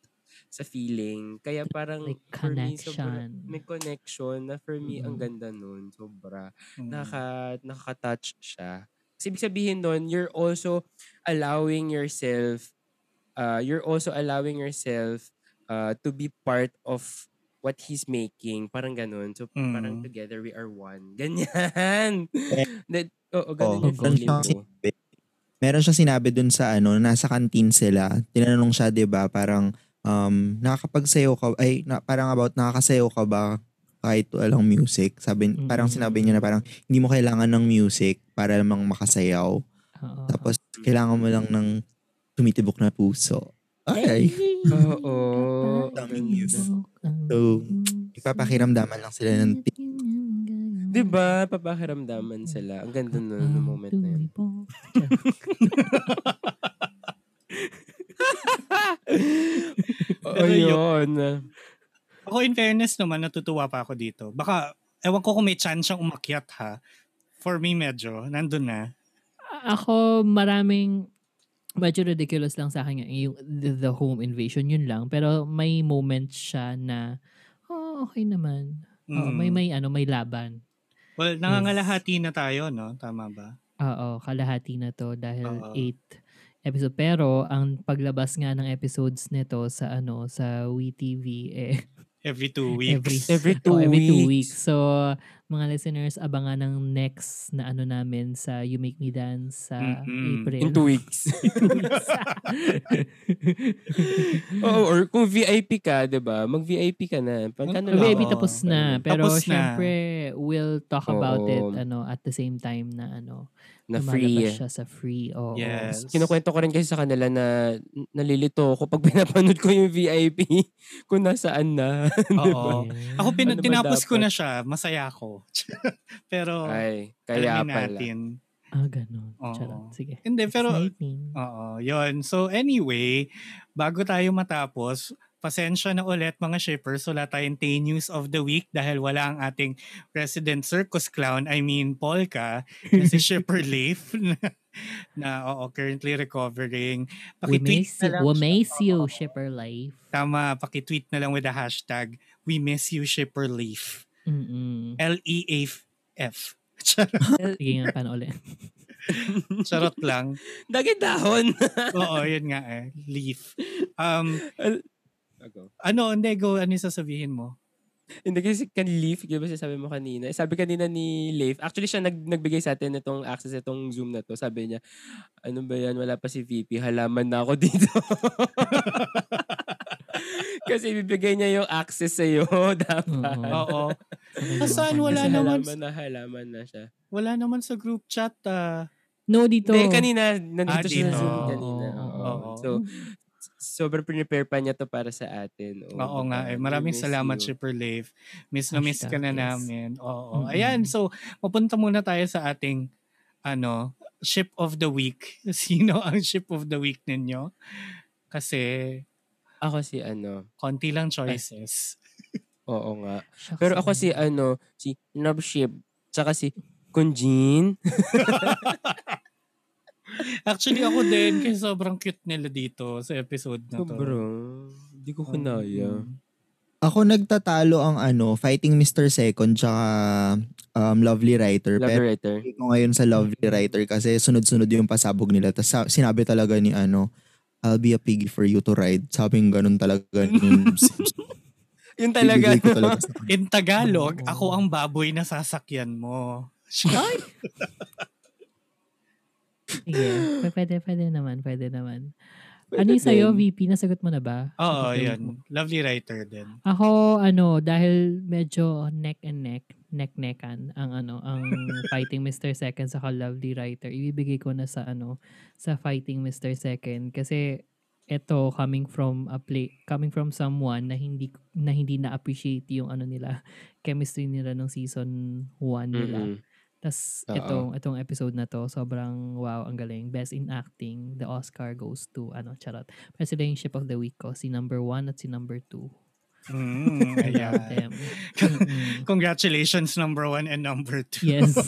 Speaker 4: sa feeling. Kaya parang
Speaker 2: Like
Speaker 4: for me, sobrang-
Speaker 2: connection.
Speaker 4: may connection na for me ang
Speaker 2: Mm.
Speaker 4: ganda nun. Sobra.
Speaker 5: Mm.
Speaker 4: Naka, nakaka-touch siya. Kasi ibig sabihin nun, you're also allowing yourself, uh, you're also allowing yourself uh, to be part of what he's making. Parang ganun. So, parang
Speaker 5: Mm.
Speaker 4: together we are one. Ganyan! That, oo, Eh. Oh, ganun
Speaker 3: Oo.
Speaker 4: yung feeling ko.
Speaker 3: Meron siya sinabi dun sa ano, nasa kantin sila. Tinanong siya, 'di ba, parang um nakakapagsayaw ka ay na, parang about nakakasayaw ka ba kahit walang music. Sabi parang
Speaker 2: Mm-mm.
Speaker 3: sinabi niya na parang hindi mo kailangan ng music para lamang makasayaw.
Speaker 2: Oo.
Speaker 3: Tapos kailangan mo lang ng tumitibok na puso. Okay.
Speaker 4: Oo.
Speaker 3: Daming news. So, Ipapakiramdaman lang sila
Speaker 2: Mm.
Speaker 3: ng ti-
Speaker 4: Diba? Papakiramdaman sila. Ang ganda nun
Speaker 2: Mm-hmm.
Speaker 4: ng Ano moment na yun. Oo,
Speaker 5: Pero yun-
Speaker 4: yun.
Speaker 5: Ako in fairness naman, natutuwa pa ako dito. Baka, ewan ko kung may chance siyang umakyat ha. For me medyo, nandun na.
Speaker 2: Ako, maraming medyo ridiculous lang sa akin yung, yung the, the home invasion yun lang pero may moment siya na oh, okay naman Oo,
Speaker 5: Mm.
Speaker 2: may may ano may laban
Speaker 5: Well, nangangalahati na tayo, no? Tama ba?
Speaker 2: oo kalahati na to dahil
Speaker 5: Oo.
Speaker 2: 8 episode pero ang paglabas nga ng episodes nito sa ano sa WeTV eh
Speaker 5: Every two weeks.
Speaker 2: Every,
Speaker 4: Every
Speaker 2: oh,
Speaker 4: two
Speaker 2: every two
Speaker 4: weeks.
Speaker 2: weeks. So, mga listeners, abangan ng next na ano namin sa You Make Me Dance sa
Speaker 5: Mm-mm.
Speaker 2: April.
Speaker 4: In two weeks.
Speaker 2: Two weeks.
Speaker 4: Oo, or kung VIP ka, di ba? Mag-VIP ka na.
Speaker 5: Mag-
Speaker 4: Pagkano lang?
Speaker 2: Maybe
Speaker 5: Ano Oo.
Speaker 2: tapos na. Pero
Speaker 5: Tapos na.
Speaker 2: syempre, we'll talk about
Speaker 4: Oo.
Speaker 2: it ano at the same time na ano,
Speaker 4: Na
Speaker 2: lumalabas
Speaker 4: free.
Speaker 2: siya sa free. Oo.
Speaker 5: Yes.
Speaker 4: Kinukwento ko rin kasi sa kanila na n- nalilito ako pag pinapanood ko yung VIP kung nasaan na.
Speaker 5: Oo.
Speaker 2: Yeah.
Speaker 5: Ako, pin-
Speaker 4: Ano ba
Speaker 5: tinapos ko na
Speaker 4: dapat?
Speaker 5: siya. Masaya ako. pero,
Speaker 4: Ay, kaya
Speaker 5: alamin
Speaker 4: pala.
Speaker 5: natin.
Speaker 2: Ah, ganun.
Speaker 5: Oo.
Speaker 2: Charot. Sige.
Speaker 5: Hindi, pero,
Speaker 2: Exciting.
Speaker 5: Oo, yun. So anyway, bago tayo matapos, pasensya na ulit mga shippers. Wala tayong 10 news of the week dahil wala ang ating resident circus clown, I mean Polka, na si Shipper Leif na, na oo, currently recovering.
Speaker 2: We
Speaker 5: Pakitweet
Speaker 2: miss
Speaker 5: na
Speaker 2: you.
Speaker 5: lang
Speaker 2: We
Speaker 5: siya.
Speaker 2: miss you,
Speaker 5: Oo.
Speaker 2: Shipper Life.
Speaker 5: Tama, pakitweet na lang with the hashtag, we miss you Shipper Leif.
Speaker 2: Mm-mm.
Speaker 5: L-E-A-F. Charot,
Speaker 2: Sige nga, paano ulit?
Speaker 5: charot lang.
Speaker 4: Daging dahon.
Speaker 5: Oo, yun nga eh. Leaf. Um,
Speaker 4: Ago.
Speaker 5: Ano, Nego, ano yung sasabihin mo?
Speaker 4: Hindi kasi kan Leaf, di ba sabi mo kanina? Eh, Sabi kanina ni Leif, actually siya nag, nagbigay sa atin itong access itong Zoom na to. Sabi niya, ano ba yan, wala pa si VP, halaman na ako dito. kasi ibibigay niya yung access sa'yo dapat.
Speaker 2: Oo.
Speaker 5: Oo.
Speaker 2: Sabi
Speaker 5: Ah,
Speaker 2: mo,
Speaker 5: saan
Speaker 2: "Pag
Speaker 5: wala
Speaker 2: nasa-
Speaker 5: naman?
Speaker 4: Halaman na, halaman na siya.
Speaker 5: Wala naman sa group chat. ah.
Speaker 2: No, dito.
Speaker 4: Hindi, kanina,
Speaker 5: Ah,
Speaker 4: nandito siya sa
Speaker 5: dito.
Speaker 4: Zoom kanina.
Speaker 2: Oo,
Speaker 4: Oo.
Speaker 5: oo.
Speaker 4: So, sobrang prepare pa niya to para sa atin.
Speaker 5: Oo
Speaker 4: diba?
Speaker 5: nga eh.
Speaker 4: We
Speaker 5: Maraming
Speaker 4: miss
Speaker 5: salamat,
Speaker 4: you.
Speaker 5: Shipper Leif. Miss na miss ka
Speaker 2: Hashtag,
Speaker 5: na
Speaker 2: yes.
Speaker 5: namin. Oo.
Speaker 2: Mm-mm.
Speaker 5: Ayan, so mapunta muna tayo sa ating ano, ship of the week. Sino ang ship of the week ninyo? Kasi
Speaker 4: Ako si ano,
Speaker 5: konti lang choices.
Speaker 4: oo nga.
Speaker 2: Shucks,
Speaker 4: Pero ako
Speaker 2: ano.
Speaker 4: si ano, si Nobship, tsaka si Kunjin.
Speaker 5: Actually ako din kasi sobrang cute nila dito sa episode na to.
Speaker 4: Sobrang, hindi ko
Speaker 5: Oo.
Speaker 4: kunaya.
Speaker 3: Ako nagtatalo ang ano, Fighting Mr. Second tsaka um, Lovely Writer.
Speaker 4: Love
Speaker 3: Pero
Speaker 4: writer.
Speaker 3: hindi ko ngayon sa Lovely Writer kasi sunod-sunod yung pasabog nila. Tapos sa- sinabi talaga ni ano, I'll be a piggy for you to ride. Sabi yung ganun talaga. yung-
Speaker 4: Yun talaga.
Speaker 3: Bibigay ko talaga sa kanya.
Speaker 5: In Tagalog,
Speaker 2: Oo.
Speaker 5: ako ang baboy na sasakyan mo.
Speaker 2: Ay! Sige. p- Pwede, pwede naman. Pwede naman. Ano yung sa'yo, VP? Nasagot mo na ba? Sagot mo.
Speaker 5: Oo, yun. Lovely writer din.
Speaker 2: Ako, ano, dahil medyo neck and neck, neck-neckan ang ano, ang Fighting Mr. Second sa Lovely Writer. Ibibigay ko na sa ano, sa Fighting Mr. Second kasi ito coming from a play coming from someone na hindi na hindi na appreciate yung ano nila chemistry nila nung season 1 nila.
Speaker 4: Mm-mm.
Speaker 2: Tapos
Speaker 4: Oo.
Speaker 2: itong, itong episode na to, sobrang wow, ang galing. Best in acting, the Oscar goes to, ano, charot. Pero sila yung ship of the week ko, si number one at si number two.
Speaker 5: Mm,
Speaker 2: I love them.
Speaker 5: ayan.
Speaker 2: Mm-mm.
Speaker 5: Congratulations number one and number two.
Speaker 2: Yes.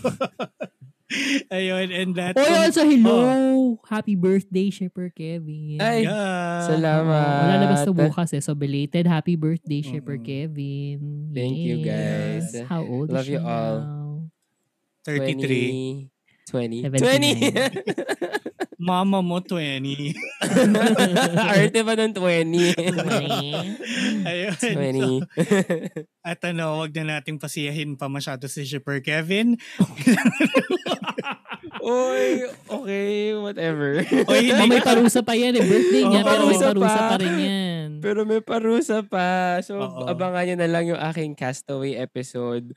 Speaker 5: Ayun, and that.
Speaker 2: Oy, also hello! Happy birthday, Shipper Kevin.
Speaker 4: Oh. Ay,
Speaker 5: Yeah.
Speaker 4: salamat.
Speaker 2: Malalabas to bukas eh. So, belated happy birthday, Shipper
Speaker 5: Mm.
Speaker 2: Kevin.
Speaker 4: Thank you, guys.
Speaker 2: Yes. How old is
Speaker 4: Love
Speaker 2: she
Speaker 4: you all.
Speaker 2: now?
Speaker 5: 33.
Speaker 4: 20.
Speaker 2: 79.
Speaker 4: 20!
Speaker 5: Mama mo 20.
Speaker 4: Arte pa nun 20.
Speaker 5: Ayun.
Speaker 4: 20.
Speaker 5: At ano, wag na nating pasiyahin pa masyado si Shipper Kevin.
Speaker 4: Uy, okay, whatever.
Speaker 5: Oy,
Speaker 2: Oh, may parusa pa yan eh. Birthday niya,
Speaker 5: Oo.
Speaker 2: pero may
Speaker 4: Oh, Parusa
Speaker 2: parusa
Speaker 4: pa.
Speaker 2: pa rin yan.
Speaker 4: Pero may parusa pa. So,
Speaker 5: Oo.
Speaker 4: abangan nyo na lang yung aking castaway episode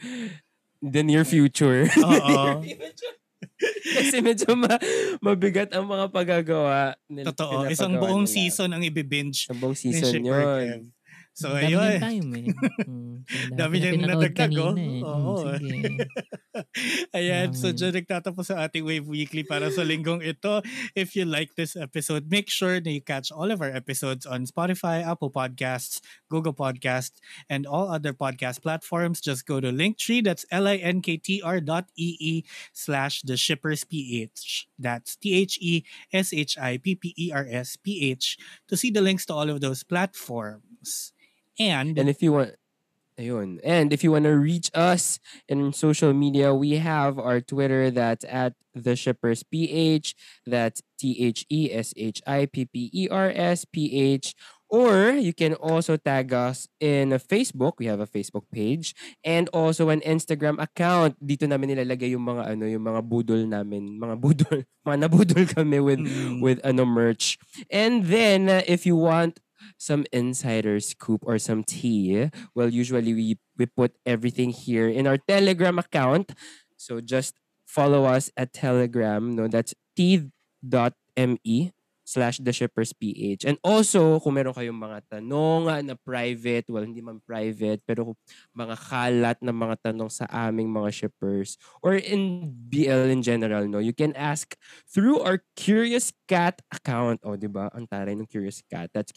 Speaker 4: in the near future.
Speaker 5: Oo.
Speaker 4: Kasi medyo ma- mabigat ang mga paggagawa. nila-
Speaker 5: Totoo.
Speaker 4: pinapagawa
Speaker 5: Isang buong
Speaker 4: nila.
Speaker 5: season ang ibibinge
Speaker 4: Isang buong
Speaker 5: ni
Speaker 4: season
Speaker 5: Shipper
Speaker 4: yun.
Speaker 5: Kev. So,
Speaker 2: Dami niyang
Speaker 5: ayun.
Speaker 2: time eh. Mm,
Speaker 5: Dami niyang
Speaker 2: pinanood
Speaker 5: nadagdag, oh.
Speaker 2: kanina eh. Mm,
Speaker 5: Oo.
Speaker 2: sige.
Speaker 5: Ayan,
Speaker 2: Dami.
Speaker 5: so dyan nagtatapos sa ating Wave Weekly para sa linggong ito. If you like this episode, make sure na you catch all of our episodes on Spotify, Apple Podcasts, Google Podcasts, and all other podcast platforms. Just go to linktree, that's L-I-N-K-T-R dot E-E slash the shippers P-H. That's E T-H-E-S-H-I-P-P-E-R-S P-H to see the links to all of those platforms. And
Speaker 4: And if you want, ayun. And if you want to reach us in social media, we have our Twitter that's at the Shippers PH. That's T H E S H I P P E R S P H. Or you can also tag us in a Facebook. We have a Facebook page and also an Instagram account. Dito namin nilalagay yung mga ano, yung mga budol namin, mga budol, mga nabudol kami with
Speaker 5: Mm.
Speaker 4: with ano merch. And then uh, if you want some insider scoop or some tea, well usually we we put everything here in our Telegram account. So just follow us at Telegram. No, that's t.me E slash the shippers ph and also kung meron kayong mga tanong ah, na private well hindi man private pero kung mga kalat na mga tanong sa aming mga shippers or in BL in general no you can ask through our Curious Cat account. O, di ba? Ang taray ng Curious Cat. That's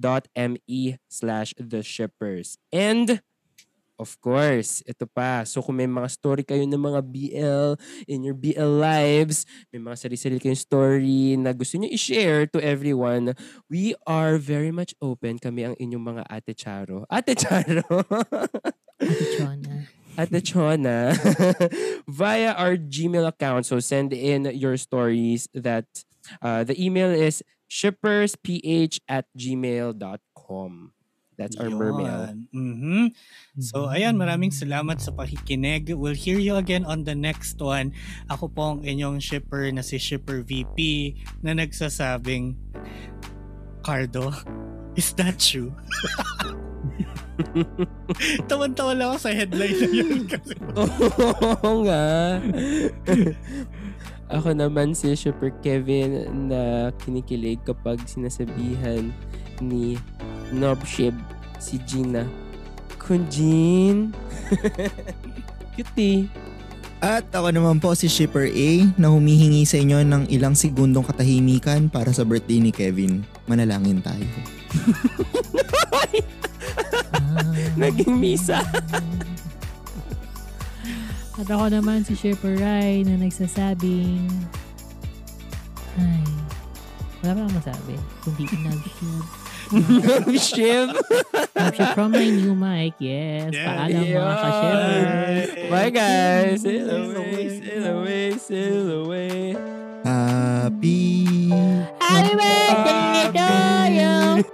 Speaker 4: curiouscat.me slash the shippers. And, of course, ito pa. So, kung may mga story kayo ng mga BL in your BL lives, may mga sarili-sarili kayong story na gusto nyo i-share to everyone, we are very much open. Kami ang inyong mga Ate Charo. Ate Charo!
Speaker 2: Ate Chona.
Speaker 4: at the Chona via our Gmail account. So send in your stories that uh, the email is shippersph at gmail.com. gmail.com. That's our mermail.
Speaker 5: Mm-hmm. So, ayan, maraming salamat sa pakikinig. We'll hear you again on the next one. Ako po ang inyong shipper na si Shipper VP na nagsasabing, Cardo, is that you? Tawan-tawa lang ako sa headline na yun. Kasi,
Speaker 4: Oo nga. Ako naman si Super Kevin na kinikilig kapag sinasabihan ni Nobshib si Gina. Kunjin! Cutie!
Speaker 3: At ako naman po si Shipper A na humihingi sa inyo ng ilang segundong katahimikan para sa birthday ni Kevin. Manalangin tayo.
Speaker 4: Naging misa!
Speaker 2: At ako naman si Shipper Rai na nagsasabing, ay, wala pa akong masabi. Kundi nag-ship.
Speaker 4: Nobshib!
Speaker 2: Nag-ship from my new mic. Yes.
Speaker 5: Yeah.
Speaker 2: Paalam mga
Speaker 4: Yeah.
Speaker 2: ka-shipper.
Speaker 4: Bye guys! Sail
Speaker 5: Sail
Speaker 4: away,
Speaker 5: away.
Speaker 4: sail away, sail away!
Speaker 3: Happy...
Speaker 2: Happy birthday to you!